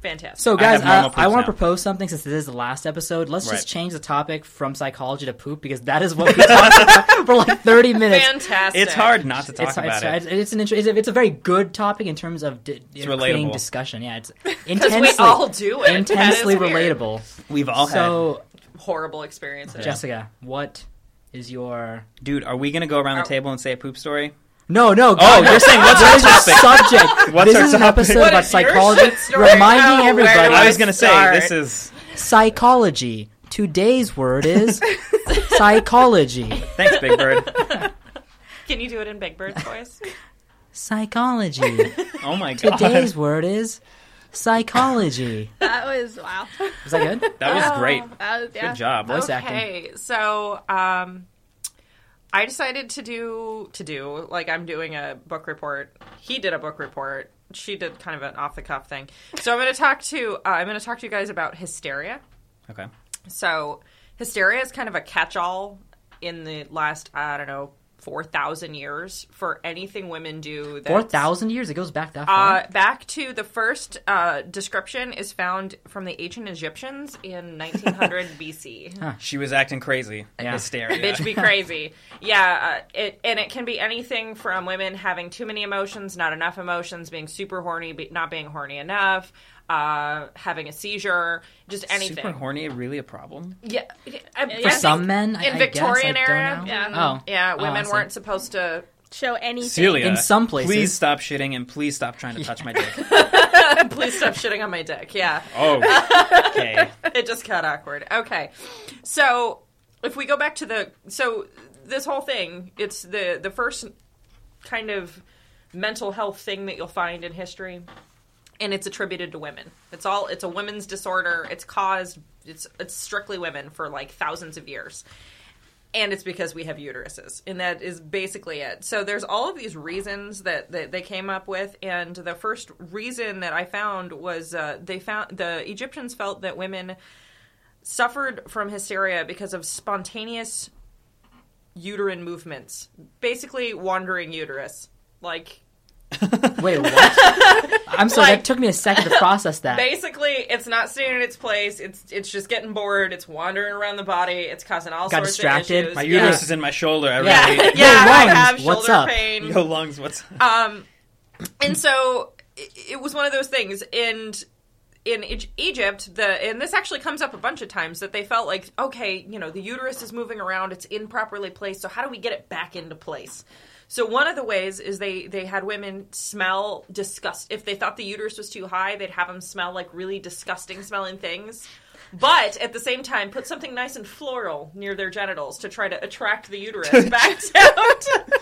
Fantastic. So, I guys, have normal uh, poops I want now. to propose something since this is the last episode. Let's Right. just change the topic from psychology to poop because that is what we talked about for like 30 minutes. fantastic. It's hard not to talk it's, about it's, it. it's, it's an inter- it's, a, it's a very good topic in terms of di- creating relatable. discussion. Yeah, it's because intensely we all do it. That is intensely weird. relatable. We've all so, Horrible experiences. Jessica, what is your had. Dude, are we gonna go around Are- the table and say a poop story? no, no. Oh, you're saying what's our What is your topic? subject? What's this our is an topic? episode What about is your psychology, shit story? reminding Oh, where everybody do I was gonna start? say this is. psychology. Today's word is psychology. Thanks, Big Bird. Can you do it in Big Bird's voice? Psychology. Oh my god, Today's word is psychology. That was wow. Is that good? that was great. Oh, That was, yeah. Good job. Voice acting. okay, so um, I decided to do to do like I'm doing a book report. He did a book report. She did kind of an off the cuff thing. So I'm going to talk to uh, I'm going to talk to you guys about hysteria. Okay. So, hysteria is kind of a catch all in the last, I don't know, 4,000 years for anything women do. That's, Four thousand years. It goes back that far. Uh, back to the first uh, description is found from the ancient Egyptians in 1900 BC. She was acting crazy. Yeah. Hysteria. Bitch be crazy. Yeah, uh, it, and it can be anything from women having too many emotions, not enough emotions, being super horny, be, not being horny enough, uh, having a seizure, just anything. Super horny, really a problem? Yeah, I- I For think some men, I, in I Victorian guess, era, I don't know. yeah, Oh, yeah, Oh, I women see. weren't supposed to. Show anything. Celia. In some places. Please stop shitting and please stop trying to touch my dick. Please stop shitting on my dick. Yeah, Oh. Okay. it just got awkward. Okay, so if we go back to the so this whole thing, it's the the first kind of mental health thing that you'll find in history, and it's attributed to women. It's all it's a women's disorder. It's caused it's it's strictly women for like thousands of years. and it's because we have uteruses and that is basically it so there's all of these reasons that, that they came up with and the first reason that i found was uh, they found the egyptians felt that women suffered from hysteria because of spontaneous uterine movements basically wandering uterus like Uh, Wait, what? I'm sorry. Like- that took me a second to process that. basically it's not staying in its place it's it's just getting bored it's wandering around the body it's causing all Got sorts distracted. of issues My Yeah. uterus is in my shoulder. I yeah, really. yeah, I lungs, have what's shoulder up? pain. Yo, lungs, what's. Um, and so it, it was one of those things. And in Eg- Egypt, the and this actually comes up a bunch of times that they felt like, okay, you know, the uterus is moving around; it's improperly placed. So how do we get it back into place? So one of the ways is they they had women smell disgust. If they thought the uterus was too high, they'd have them smell like really disgusting smelling things. But at the same time, put something nice and floral near their genitals to try to attract the uterus back down. to-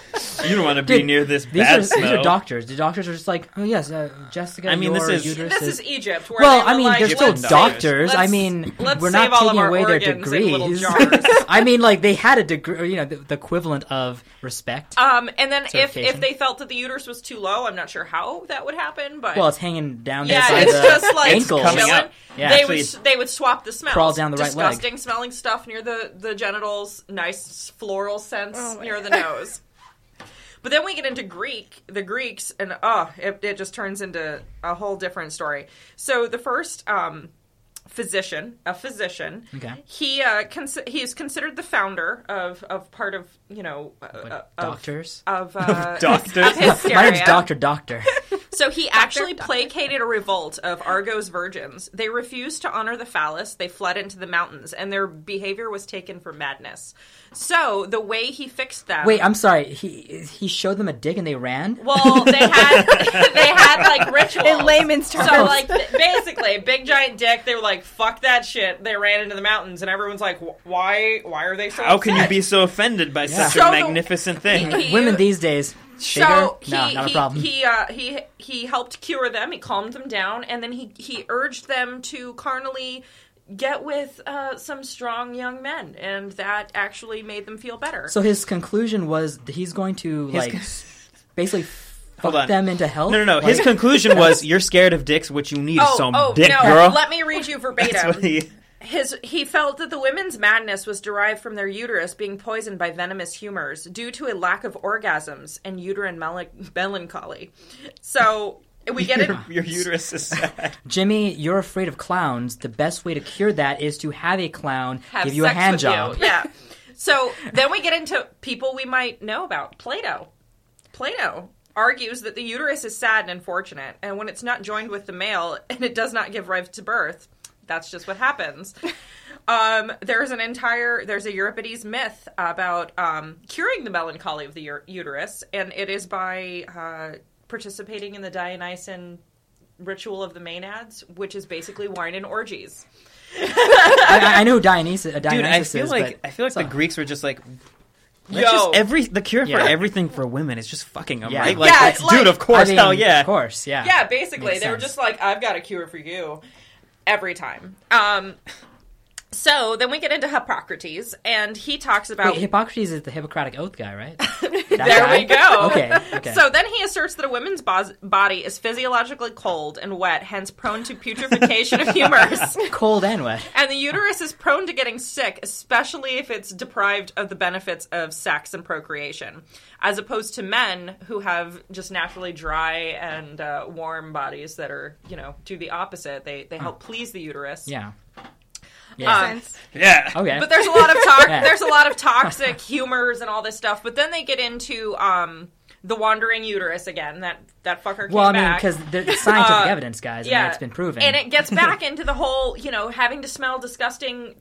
You don't want to be Dude, near this These bad are, smell. these are doctors. The doctors are just like, oh yes, uh, Jessica. I mean, your this is- uterus this is Egypt. Where well, they I were mean, like, they're still "Let's save- doctors. I let's- mean, let's we're not save all of taking our away their organs in little degrees. jars. I mean, like they had a degree, or, you know, the, the equivalent of respect. Um, and then if Certification. if they felt that the uterus was too low, I'm not sure how that would happen, but well, it's hanging down yeah, there by it's the just like ankles. coming chilling. up. Yeah. they So would you- they would swap the smells. Crawl down the right leg. Disgusting smelling stuff near the the genitals, nice floral scents Oh my near the God. nose. But then we get into Greek, the Greeks, and oh, it, it just turns into a whole different story. So the first um, physician, a physician, Okay. he uh, cons- he is considered the founder of of part of you know uh, Like, uh, of doctors. of, uh, doctors. of hysteria. My name's Doctor Doctor. So he actually doctor. placated a revolt of Argo's virgins. They refused to honor the phallus. They fled into the mountains, and their behavior was taken for madness. So the way he fixed them. Wait, uh- I'm sorry. He he showed them a dick and they ran. well, they had they had like rituals. In layman's terms, So like th- basically, big giant dick. They were like, "Fuck that shit." They ran into the mountains, and everyone's like, "Wh- "Why? Why are they so?" How can you upset?" be so offended by such So a the- magnificent thing? He- Women these days, bigger? So he no, not a he problem. he uh, he he helped cure them. He calmed them down, and then he he urged them to carnally get with uh, some strong young men, and that actually made them feel better. so his conclusion was that he's going to like basically Hold fuck on. them into hell. No, no, no. His Like- conclusion was you're scared of dicks, which you need oh is some oh dick, no! girl. Let me read you That's what verbatim. he- His he felt that the women's madness was derived from their uterus being poisoned by venomous humors due to a lack of orgasms and uterine mel- melancholy. So We get it. Your uterus is sad. Jimmy, you're afraid of clowns. The best way to cure that is to have a clown Have give you sex a hand with job. You. Yeah. So then we get into people we might know about. Plato. Plato argues that the uterus is sad and unfortunate, and when it's not joined with the male and it does not give rise to birth, that's just what happens. Um, there's an entire there's a Euripides myth about um, curing the melancholy of the u- uterus, and it is by uh, participating in the Dionysian ritual of the Maenads, which is basically wine and orgies. I, I know who Dionysus, uh, Dude, I Dionysus feel is, like but I feel like the so- Greeks were just like Yo, Let's just every the cure Yeah. for everything for women is just fucking them, Yeah. right? Like, Yeah, that's- it's like- dude, of course, I mean, hell yeah. of course, yeah, Yeah, basically, Makes they were sense. just like, "I've got a cure for you," every time. Um, so then we get into Hippocrates, and he talks about Wait, Hippocrates is the Hippocratic Oath guy, right? there we go. Okay, okay. So then he asserts that a woman's bos- body is physiologically cold and wet, hence prone to putrefaction of humors. cold and wet. And the uterus is prone to getting sick, especially if it's deprived of the benefits of sex and procreation, as opposed to men who have just naturally dry and uh, warm bodies that are, you know, do the opposite. They they help please the uterus. Yeah. Yeah. Um, Sense. Yeah. okay. but there's a lot of talk. Yeah. There's a lot of toxic humors and all this stuff. But then they get into um, the wandering uterus again. That that fucker. Came well, I mean, back. because scientific Uh, evidence, guys. I mean, it's been proven. And it gets back into the whole, you know, having to smell disgusting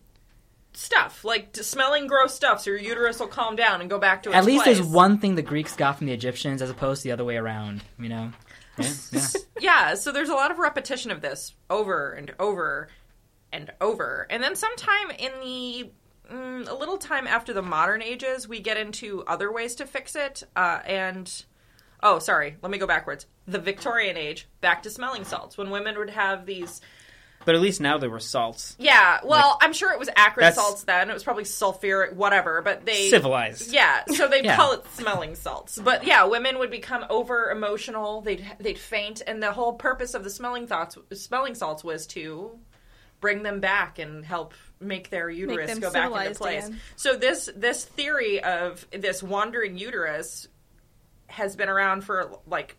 stuff, like d- smelling gross stuff, so your uterus will calm down and go back to its At least place. there's one thing the Greeks got from the Egyptians, as opposed to the other way around. You know. Yeah. yeah. Yeah, so there's a lot of repetition of this over and over and over, and then sometime in the mm, a little time after the modern ages, we get into other ways to fix it, uh, and. Oh, sorry. Let me go backwards. The Victorian age, back to smelling salts, when women would have these But at least now there were salts. Yeah, well, I'm sure it was acrid That's- salts then. It was probably sulfuric, whatever. But they Civilized. Yeah, so they Yeah. call it smelling salts. But yeah, women would become over emotional. They'd they'd faint, and the whole purpose of the smelling thoughts, smelling salts, was to bring them back and help make their uterus them go back into civilized place. again. So this this theory of this wandering uterus has been around for like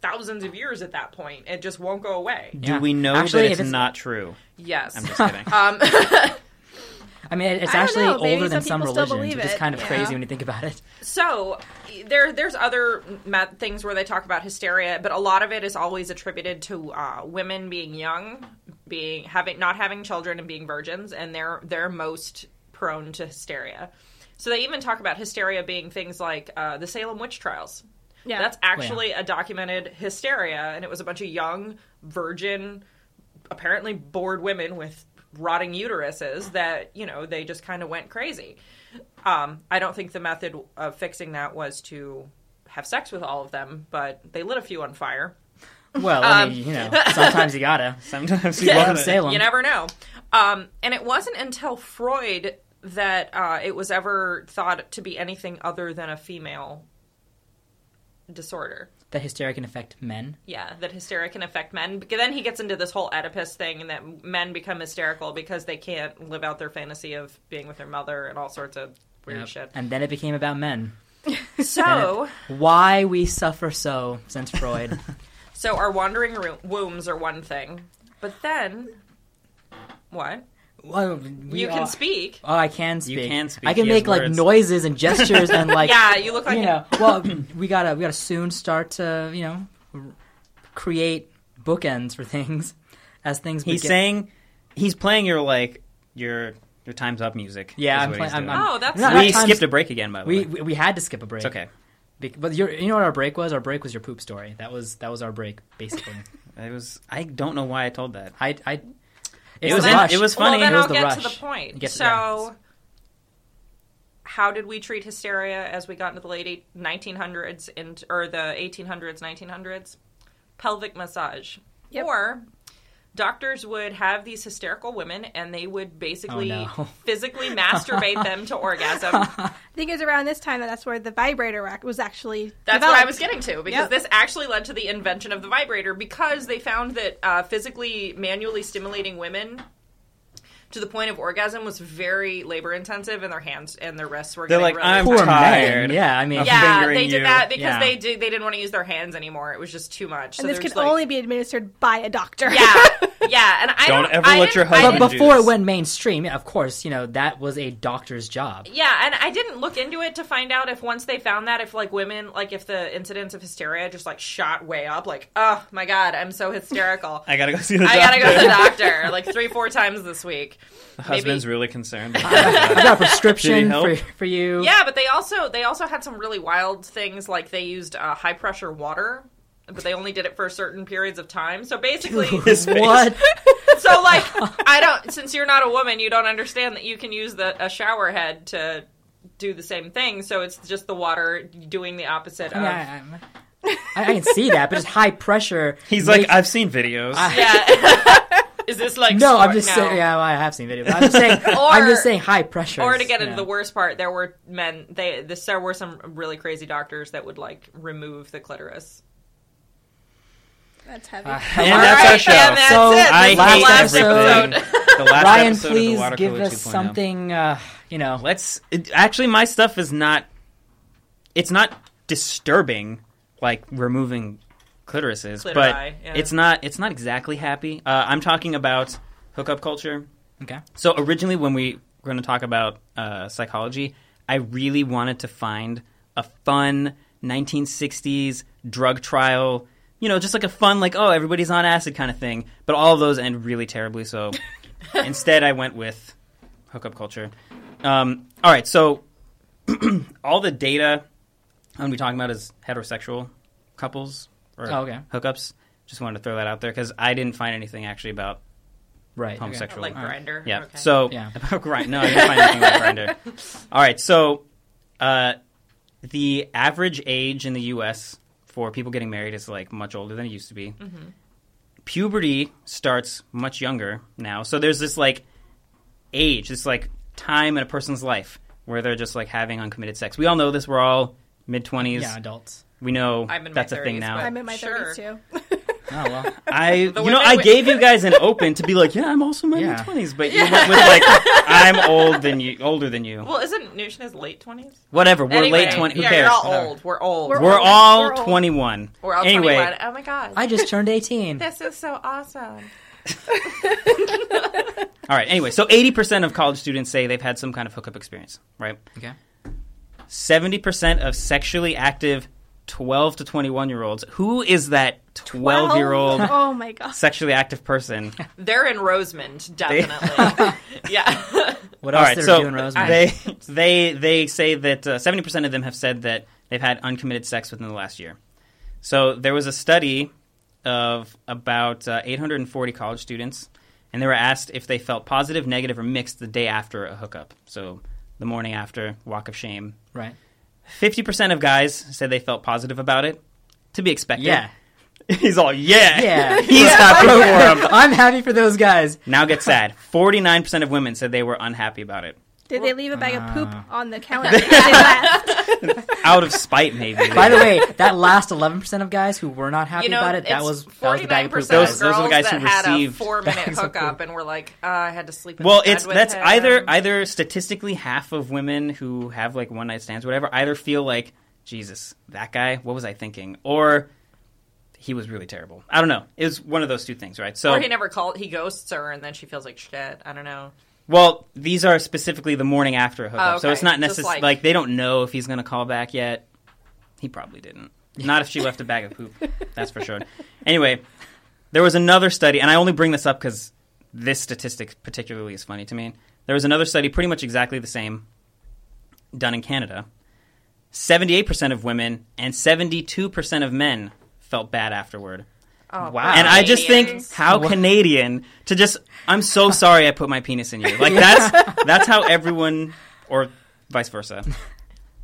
thousands of years at that point. It just won't go away. Do Yeah. we know Actually, that if it's, it's- not true? Yes. I'm just kidding. um, I mean, it- it's I don't actually know, maybe older than some some people still religions, believe which is it, kind of yeah. crazy when you think about it. So there, there's other ma- things where they talk about hysteria, but a lot of it is always attributed to uh, women being young, being having not having children and being virgins, and they're they're most prone to hysteria. So they even talk about hysteria being things like uh, the Salem witch trials. Yeah. That's actually a documented hysteria, and it was a bunch of young, virgin, apparently bored women with rotting uteruses that you know they just kind of went crazy. Um, I don't think the method of fixing that was to have sex with all of them, but they lit a few on fire. Well, I Um, mean, you know, sometimes you gotta. Sometimes you Welcome love to it. Salem. You never know. Um, and it wasn't until Freud that uh, it was ever thought to be anything other than a female disorder. that hysteria can affect men. Yeah, that hysteria can affect men. Because then he gets into this whole Oedipus thing, and that men become hysterical because they can't live out their fantasy of being with their mother and all sorts of weird Yep. shit. And then it became about men. So, Why we suffer so since Freud. so our wandering ro- wombs are one thing, but then what? well, we you can all- speak. Oh, I can speak. can speak. I can He has make like words. noises and gestures and like Yeah, you look like you an- know. Well, we gotta we gotta soon start to you know r- create bookends for things as things. He's begin- saying he's playing your like your your time's up music. Yeah, is I'm what playing. he's I'm, doing. I'm- Oh, that's we're not nice. out we of time. skipped a break again, by the We, way. we we had to skip a break. It's okay. Bec- But you you know what our break was? Our break was your poop story. That was that was our break basically. It was. I don't know why I told that. I I. It, was the in- rush. it was funny. Well, then It was I'll the get rush. to the point. Get- so, yeah. how did we treat hysteria as we got into the late eight- 1900s and or the 1800s, 1900s? Pelvic massage, Yep. or doctors would have these hysterical women and they would basically Oh, no. physically masturbate them to orgasm. I think it was around this time that that's where the vibrator rack was actually. That's what I developed. was getting to because Yep. this actually led to the invention of the vibrator because they found that uh, physically manually stimulating women to the point of orgasm was very labor intensive, and their hands and their wrists were. They're like, getting really "I'm tired." Poor tired. man. Yeah, I mean, Of Yeah, fingering they did you. that because Yeah. they did, they didn't want to use their hands anymore. It was just too much. So and this there's, can like- only be administered by a doctor. yeah, yeah. And I Don't don't, ever I let didn't- your I husband didn't- but do before this. it went mainstream, of course, you know that was a doctor's job. Yeah, and I didn't look into it to find out if once they found that, if like women, like if the incidence of hysteria just like shot way up, like, oh my god, I'm so hysterical. I gotta go see the I doctor. gotta go to the doctor like three, four times this week. the husband's really concerned. I've got a prescription help? for, for you. Yeah, but they also they also had some really wild things like they used uh, high pressure water, but they only did it for certain periods of time. So basically, His face. What? so like I don't since you're not a woman, you don't understand that you can use the a shower head to do the same thing. So it's just the water doing the opposite of. Yeah, I, I, I can see that, but just high pressure. He's like, makes- I've seen videos. Yeah. Is this like no, smart I'm just now? saying. Yeah, well, I have seen videos. but I'm just saying. I'm just saying high pressure. Uh, Or to get into the worst part, there were men. They this, there were some really crazy doctors that would like remove the clitoris. That's heavy. Ah, And that's our Alright, show. and that's So, it. This I is hate the last everything. episode. the last Ryan, episode of the please Water give Cooler us 2.0. something. Uh, you know, Let's it, actually, my stuff is not. It's not disturbing, like removing clitorises, Clitori, but yeah. it's not. It's not exactly happy. Uh, I'm talking about hookup culture. okay. So originally, when we were going to talk about uh, psychology, I really wanted to find a fun 1960s drug trial. You know, just like a fun, like oh, everybody's on acid kind of thing. But all of those end really terribly. So instead, I went with hookup culture. Um, all right, so all the data I'm going to be talking about is heterosexual couples or Oh, okay. hookups. Just wanted to throw that out there because I didn't find anything actually about Right. okay. homosexual like Alright. grinder. yeah. Okay. So Yeah. about grind. No, I didn't find anything about grinder. All right. So uh, the average age in the U.S. for people getting married is like much older than it used to be. Mm-hmm. Puberty starts much younger now. So there's this like age, this like time in a person's life where they're just like having uncommitted sex. We all know this. We're all mid twenties. Yeah, adults. We know I'm in my that's a thing 30s, now. but- I'm in my Sure. 30s too. Oh well. I you know women I wi- gave you guys an open to be like yeah I'm also in my Yeah. twenties but you went with like I'm old than you older than you well, isn't Nushin late twenties? whatever we're anyway, late twenty who yeah, cares You're all Whatever. old. We're old. We're we're old. all We're old. twenty one We're all anyway 21. Oh my god. I just turned 18. this is so awesome. all right anyway so eighty percent of college students say they've had some kind of hookup experience right Okay. seventy percent of sexually active twelve to twenty one year olds who is that twelve year old Oh my god. sexually active person They're in Rosemond, definitely. yeah. What All else right, did so doing, Rosemary? they they they say that uh, seventy percent of them have said that they've had uncommitted sex within the last year. So there was a study of about uh, 840 college students, and they were asked if they felt positive, negative, or mixed the day after a hookup. So the morning after, walk of shame. right. 50% of guys said they felt positive about it, to be expected. Yeah. He's all, yeah. Yeah. He's got program. I'm happy for those guys. Now get sad. 49% of women said they were unhappy about it. Did they leave a bag of Ah. poop on the counter? when they left? Out of spite, maybe. By the way, that last 11% of guys who were not happy about it, that was that was the bag of poop. 49% of Those- those are the guys girls who that received had a four minute bags of hookup and were like, uh, I had to sleep. In Well, the bed it's with that's him. either either statistically half of women who have like one night stands, or whatever, either feel like Jesus, that guy, what was I thinking, or he was really terrible. I don't know. It's one of those two things, right? So, or he never called. He ghosts her, and then she feels like shit. I don't know. well, these are specifically the morning after a hookup, Oh, so okay. it's not Just necessary. Like... like- they don't know if he's going to call back yet. He probably didn't. Not if she left a bag of poop. That's for sure. Anyway, there was another study, and I only bring this up because this statistic particularly is funny to me. There was another study, pretty much exactly the same, done in Canada. 78% of women and 72% of men felt bad afterward. Oh, Wow. And I just think Canadians. how What? Canadian to just I'm so sorry I put my penis in you. Like that's that's how everyone or vice versa.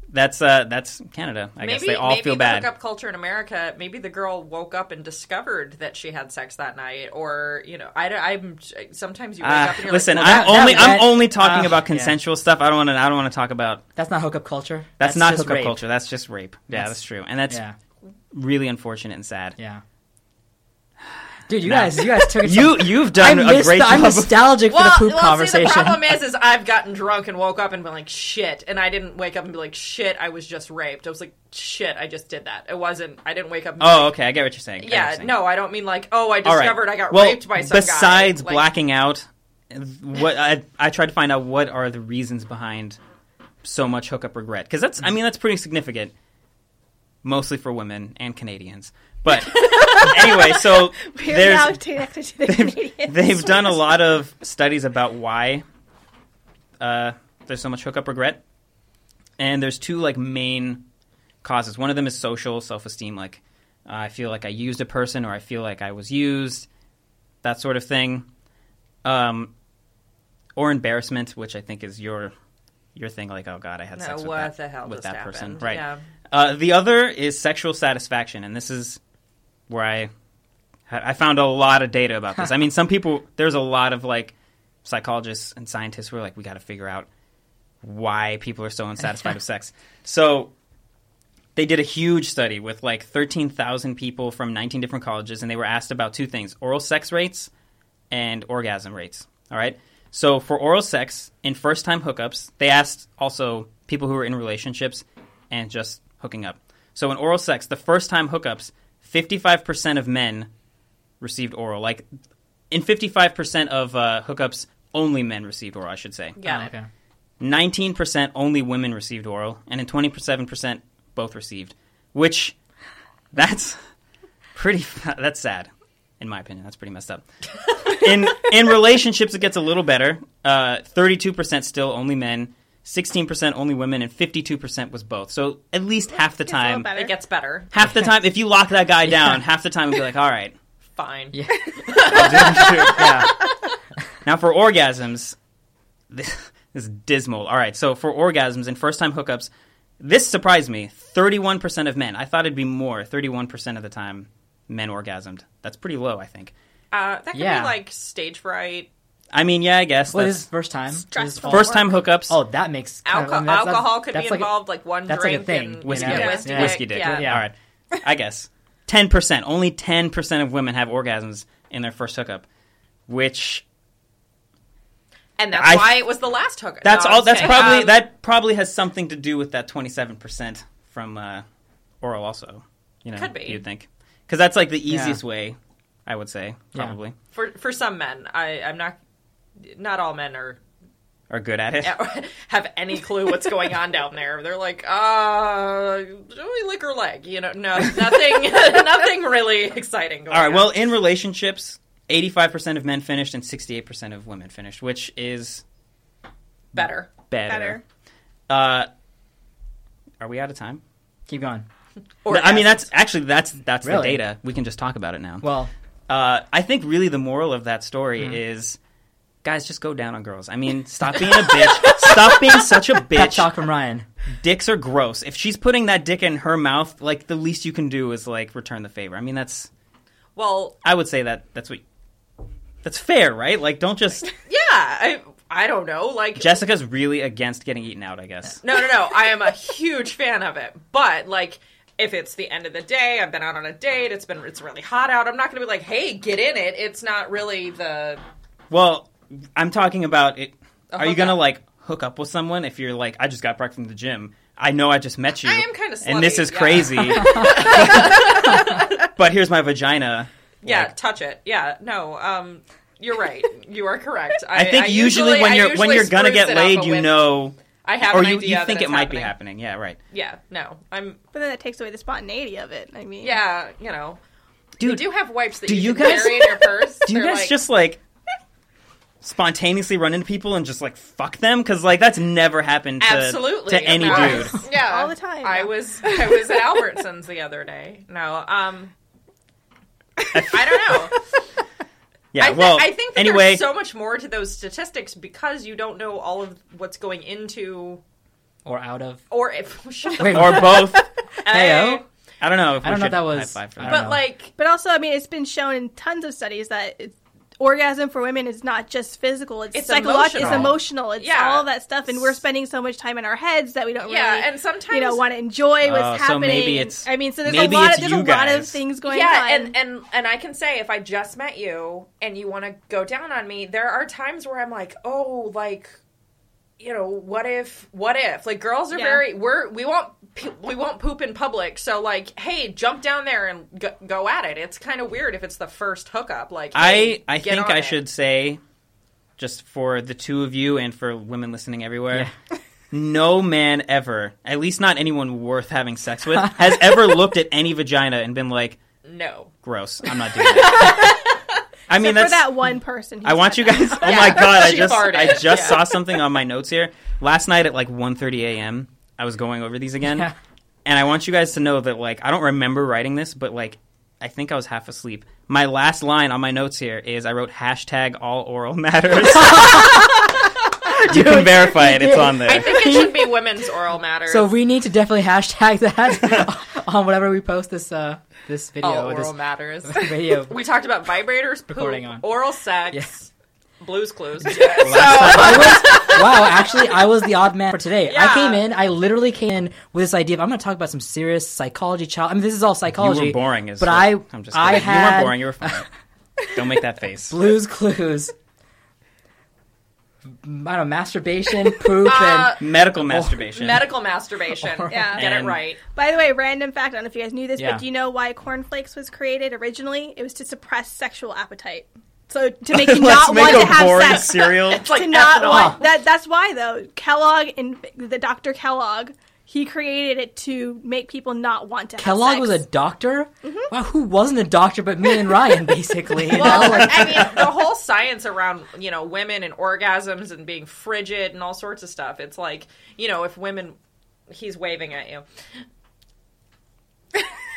That's uh that's Canada. I guess they all maybe feel the bad. Hookup culture in America. Maybe the girl woke up and discovered that she had sex that night, or you know, I don't. I'm sometimes you wake Uh, up and you're listen, like, well, that- I'm that only I'm went- only talking uh, about yeah. consensual stuff. I don't want to I don't want to talk about That's not hookup culture. that's, not just hookup rape. culture. That's just rape. Yeah, that's, That's- true. And that's Yeah. really unfortunate and sad. Yeah. Dude, you guys, you guys took it. You you've I'm, done a great I'm job. of- nostalgic for Well, the poop well, conversation. See, the problem is, is I've gotten drunk and woke up and been like, shit, and I didn't wake up and be like, shit, I was just raped. I was like, shit, I just did that. It wasn't. I didn't wake up. And be Oh, okay. I get what you're saying. I like, get what you're yeah, saying. no, I don't mean like, oh, I All right. discovered I got well, raped by some besides guy. Like, blacking out, what I I tried to find out what are the reasons behind so much hookup regret because that's I mean that's pretty significant, mostly for women and Canadians. But anyway, so We're there's now connected to the Canadians. they've done a lot of studies about why uh, there's so much hookup regret, and there's two like main causes. One of them is social self-esteem, like uh, I feel like I used a person or I feel like I was used, that sort of thing, um, or embarrassment, which I think is your your thing. Like, oh god, I had No, sex with what that, the hell with just that happened? person, right? Yeah. Uh, the other is sexual satisfaction, and this is where I I found a lot of data about this. I mean, some people there's a lot of like psychologists and scientists who are like, we got to figure out why people are so unsatisfied with sex. So they did a huge study with like 13,000 people from 19 different colleges, and they were asked about two things: oral sex rates and orgasm rates. All right. So for oral sex and first time hookups, they asked also people who were in relationships and just hooking up. So in oral sex, the first time hookups, 55% of men received oral. Like in 55% of uh, hookups, only men received oral, I should say. yeah. okay. 19% only women received oral, and in 27% both received, which that's pretty that's sad in my opinion. That's pretty messed up. in in relationships it gets a little better. Uh, 32% still only men, 16% only women and 52% was both. So at least half the It's a little time better. It gets better. half the time if you lock that guy down, half the time you'll be like, "All right, Fine. Yeah. yeah. Now for orgasms, this is dismal. All right, so for orgasms and first time hookups, this surprised me. Thirty-one percent of men. I thought it'd be more. Thirty-one percent of the time, men orgasmed. That's pretty low, I think. Uh, that could Yeah. be like stage fright, I mean, yeah, I guess. Well, this is that's- first time. This is fall. Stressful. first time hookups. Oh, that makes kind of- Alco- I mean, that's- that's- alcohol could that's be like a- involved, like one that's like a drink thing, and you whiskey know? yeah, dick. whiskey, Yeah. Whiskey dick. Yeah. Yeah. All right. I guess. 10%. Only 10% of women have orgasms in their first hookup, which and that's I- why it was the last hooker. That's No, I'm all. That's kidding. probably Um, that probably has something to do with that twenty seven percent from uh, oral. Also, you know, Could be. You'd think because that's like the Yeah. easiest way. I would say Yeah. probably for for some men. I I'm not. Not all men are are good at it. have any clue what's going on down there. They're like, uh, Joey lick her leg. You know, no, nothing, nothing really exciting. Going All right. on. Well, in relationships, eighty five percent of men finished and sixty eight percent of women finished, which is better. better. Uh, are we out of time? Keep going. Or I mean, that's actually that's that's the Really? data. We can just talk about it now. Well, uh, I think really the moral of that story Mm. is, guys, just go down on girls. I mean, stop being a bitch. stop being such a pep bitch. talk from Ryan. Dicks are gross. If she's putting that dick in her mouth, like the least you can do is like return the favor. I mean, that's well, I would say that that's what that's fair, right? Like, don't just yeah. I I don't know. Like, Jessica's really against getting eaten out. I guess. no, no, no. I am a huge fan of it, but like. If it's the end of the day, I've been out on a date. It's been it's really hot out. I'm not going to be like, "Hey, get in it." It's not really the Well, I'm talking about it. A Are you gonna hookup. like hook up with someone if you're like, I just got back from the gym. I know I just met you. I am kinda and this slutty, is yeah. crazy. but here's my vagina. yeah, Like- touch it. Yeah, no. Um, you're right. You are correct. I think usually, I when you're when usually you're gonna spruce get it up laid, a you whim. know, I have or an you, idea you that think it's it might be happening. happening. Yeah, right, Yeah, no, I'm. But then that takes away the spontaneity of it. I mean, Yeah, you know, dude. you do have wipes that do you, you can guys- carry in your purse. do you They're guys like, just like spontaneously run into people and just like fuck them? Because like that's never happened to absolutely to any of dude. course. Yeah, All the time. I was I was at Albertsons the other day. No, um, I don't know. Yeah, I, thi- well, I think that anyway, there's so much more to those statistics because you don't know all of what's going into Or out of. or if shut the Wait, or both. f- Heyo. I don't know. If I we don't know if should that was- high five for I that. don't But know. like, But also, I mean, it's been shown in tons of studies that it's, orgasm for women is not just physical; it's, It's psychological, it's emotional. emotional, it's Yeah. all of that stuff. And we're spending so much time in our heads that we don't Yeah, really, and sometimes- you know, want to enjoy what's Oh, happening. so maybe it's- I mean, so there's maybe a lot it's of there's a you lot of guys. things going on. yeah, and and and I can say if I just met you and you want to go down on me, there are times where I'm like, oh, like, you know, what if, what if? Like, girls are Yeah. very we're we won't p- we won't poop in public, so like, hey, jump down there and go, go at it. It's kind of weird if it's the first hookup. Like, I hey, I get think on I it. should say, just for the two of you and for women listening everywhere, no man ever, at least not anyone worth having sex with, has ever looked at any vagina and been like, no. "Gross, I'm not doing that." I mean, Except for that's that one person. who I want said you that. guys. Oh my Yeah. god! I She just farted. I just Yeah. saw something on my notes here last night at like 1.30 a.m. I was going over these again, Yeah. and I want you guys to know that like I don't remember writing this, but like I think I was half asleep. My last line on my notes here is I wrote hashtag all oral matters. you can verify it. It's on I there. think it should be women's oral matters. So we need to definitely hashtag that on whatever we post this uh this video all or oral this matters. video. Oh, we talked about vibrators, poop, Recording on. oral sex, Yes. blues clues. wow, actually, I was the odd man for today. I Yeah. came in, I literally came in with this idea of I'm going to talk about some serious psychology. Child, I mean, this is all psychology. You were boring, as but fuck. I, I'm just I kidding. you had weren't boring. You were fine. don't make that face. Blues Clues. I don't know, masturbation, poop, Uh, and Medical masturbation. Medical masturbation. Yeah. Get it And- right. By the way, random fact. I don't know if you guys knew this, Yeah. but do you know why cornflakes was created originally? It was to suppress sexual appetite. So to make you not make want to a have boring sex. cereal. It's like to not ethanol. want that. That's why though Kellogg and the Dr. Kellogg, he created it to make people not want to. Kellogg have sex. was a doctor? Wow, who wasn't a doctor but me and Ryan, basically? you know? Mm-hmm. Well, Like, I mean, the whole science around you know women and orgasms and being frigid and all sorts of stuff. It's like you know if women, he's waving at you.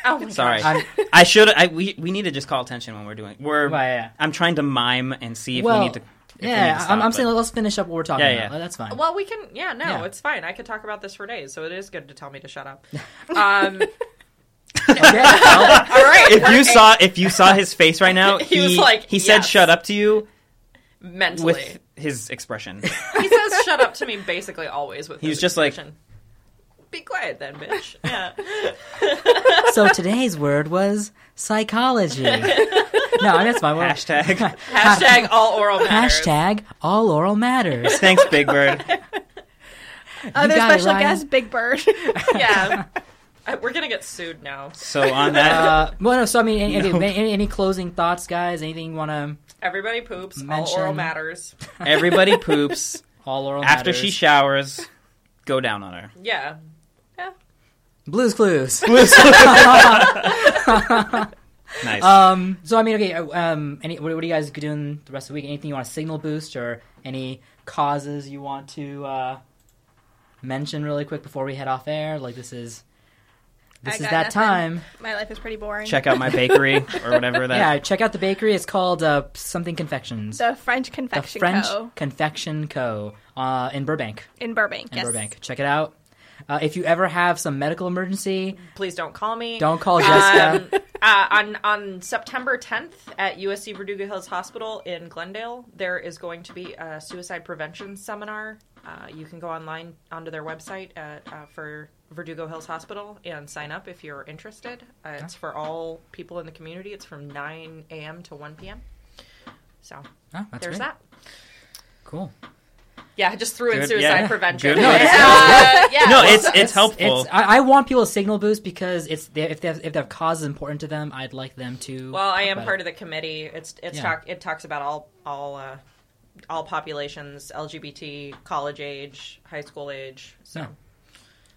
Oh my Sorry, I'm- I should. I, we we need to just call attention when we're doing. We're. Right, yeah. I'm trying to mime and see if well, we need to. if we need to yeah, stop, I'm, I'm but- saying let's finish up what we're talking Yeah, about. yeah. That's fine. Well, we can. Yeah, no, Yeah. it's fine. I could talk about this for days. So it is good to tell me to shut up. Um, Okay, well, all right. if you saw if you saw his face right now, he, He was like, he said yes. shut up to you mentally, with his expression. he says shut up to me basically always. With He's his just like- expression. Be quiet then, bitch. Yeah. so today's word was psychology. no, that's fine. We're- Hashtag. Hashtag all oral matters. Hashtag all oral matters. Thanks, Big Bird. other You got it, special Ryan. guest Big Bird. Yeah. Uh, We're gonna get sued now. So on that, Uh, well, no. So I mean, any, any- No. any, any closing thoughts, guys? Anything you want to? Everybody poops. All oral Mention- matters. everybody poops All oral after Uh, matters. she showers. Go down on her. Yeah. Blues Clues. Nice. um. So I mean, okay. uh, Um. Any. What, what are you guys doing the rest of the week? Anything you want to signal boost or any causes you want to uh, mention really quick before we head off air? Like this is. This I is got that nothing. time. My life is pretty boring. Check out my bakery or whatever that. Yeah, check out the bakery. It's called uh, something confections. The French the Confection French Co. Confection Co. Uh, in Burbank. in Burbank. in yes. Burbank. Check it out. Uh, if you ever have some medical emergency, Please don't call me. don't call Jessica. Um, uh, on on September 10th at USC Verdugo Hills Hospital in Glendale, there is going to be a suicide prevention seminar. Uh, you can go online onto their website at, uh, for Verdugo Hills Hospital and sign up if you're interested. Uh, it's for all people in the community. It's from 9 a.m. to 1 p.m. So Oh, that's there's great. that. Cool. Yeah, I just threw in Good- suicide yeah. prevention. Good- No, it's- Uh, yeah. No, it's it's helpful. It's, I, I want people to signal boost because it's they, if they have, if their cause is important to them, I'd like them to. Well, I am part of the committee. It's it's Yeah. talk it talks about all all uh, all populations, LGBT, college age, high school age. So Yeah.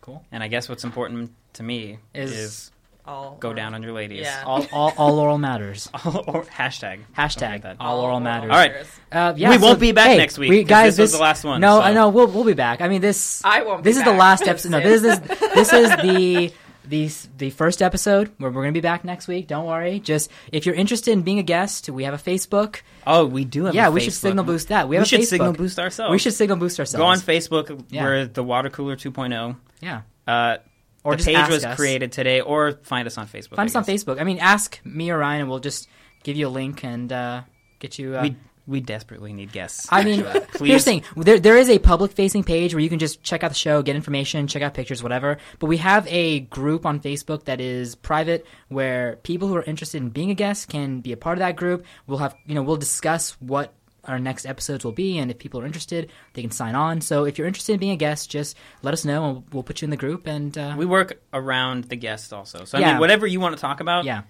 Cool. and I guess what's important to me is, Is- all go down on your ladies. Yeah. All, all, all oral matters. or hashtag. Something like Hashtag that. all oral matters. All right. Uh, yeah, We so- won't be back hey, next week, we- 'cause guys, this was the last one, No, so. I know we'll we'll be back. I mean, this I won't be This is the back. last episode. No, this is this is the the the first episode where we're gonna be back next week. Don't worry. Just if you're interested in being a guest, we have a Facebook. Oh, we do have. Yeah, a we should Facebook. signal boost that. We have we a should Facebook. signal boost ourselves. We should signal boost go on ourselves. Facebook. Yeah. We're the Water Cooler 2.0. yeah. Uh, Or the just page ask was us. created today, or find us on Facebook. Find I us on guess. Facebook. I mean, ask me or Ryan, and we'll just give you a link and uh, Get you. Uh, We we desperately need guests. I mean, Actually, here's the thing: there, there is a public-facing page where you can just check out the show, get information, check out pictures, whatever. But we have a group on Facebook that is private, where people who are interested in being a guest can be a part of that group. We'll have, you know, we'll discuss what our next episodes will be, and if people are interested, they can sign on. So if you're interested in being a guest, just let us know, and we'll put you in the group. And uh, We work around the guests also. So I Yeah. mean, whatever you want to talk about, yeah.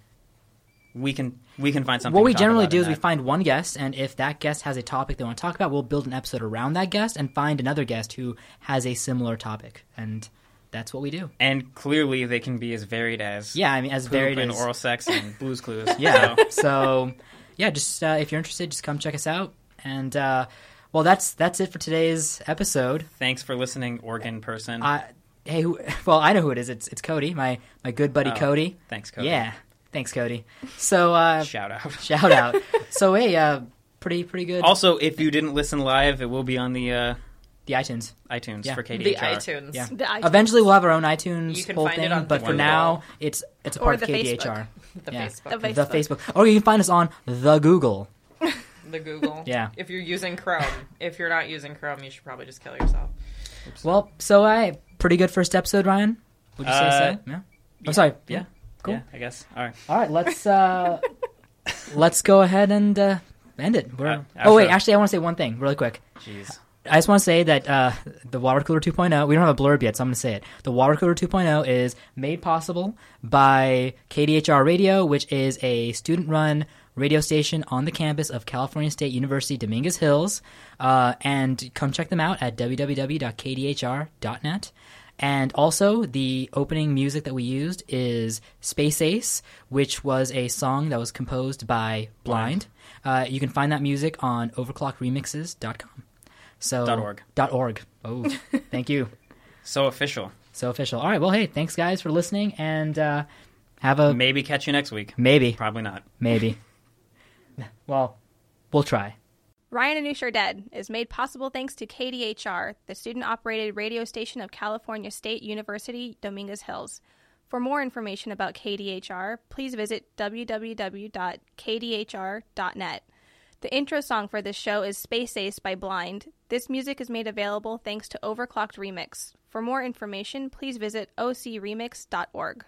we can we can find something. What to we talk generally about do in is we that. find one guest, and if that guest has a topic they want to talk about, we'll build an episode around that guest and find another guest who has a similar topic, and that's what we do. and clearly they can be as varied as Yeah, I mean, as poop varied and as oral sex and blues clues. yeah. So, so yeah, just uh, if you're interested, just come check us out. And uh, well, that's that's it for today's episode. thanks for listening, organ person. I hey, who, well, I know who it is. It's it's Cody, my my good buddy Oh, Cody. Thanks, Cody. Yeah, thanks, Cody. So uh, Shout out. shout out. So hey, uh, pretty pretty good. Also, if you didn't listen live, it will be on the uh, the iTunes. iTunes Yeah. for KDHR. the iTunes. Yeah. The iTunes. Eventually, we'll have our own iTunes You can whole find it thing, on but for Facebook. now, it's it's a Or part of the Facebook. KDHR. The Yeah. Facebook. The The Facebook, or you can find us on the Google. the Google. Yeah. If you're using Chrome, if you're not using Chrome, you should probably just kill yourself. Well, so I pretty good first episode, Ryan. Would you say Uh, so? Yeah. I'm sorry. yeah. Cool. Yeah, I guess. All right. All right, let's uh, let's go ahead and uh, end it. We're, Uh, oh wait, outro. actually, I want to say one thing really quick. Jeez. I just want to say that uh, the Water Cooler 2.0, we don't have a blurb yet, so I'm going to say it. The Water Cooler 2.0 is made possible by KDHR Radio, which is a student run radio station on the campus of California State University, Dominguez Hills. Uh, and come check them out at www.kdhr.net. And also, the opening music that we used is Space Ace, which was a song that was composed by Blind. Uh, you can find that music on overclockremixes.com. So Dot org. Dot org. Oh, thank you. So official. So official. All right. Well, hey, thanks guys for listening, and uh, have a Maybe catch you next week. maybe, Probably not. maybe. well, we'll try. Ryan and Noosh Are Dead is made possible thanks to KDHR, the student operated radio station of California State University, Dominguez Hills. For more information about KDHR, please visit www.kdhr.net. The intro song for this show is Space Ace by Blind. This music is made available thanks to Overclocked Remix. For more information, please visit ocremix.org.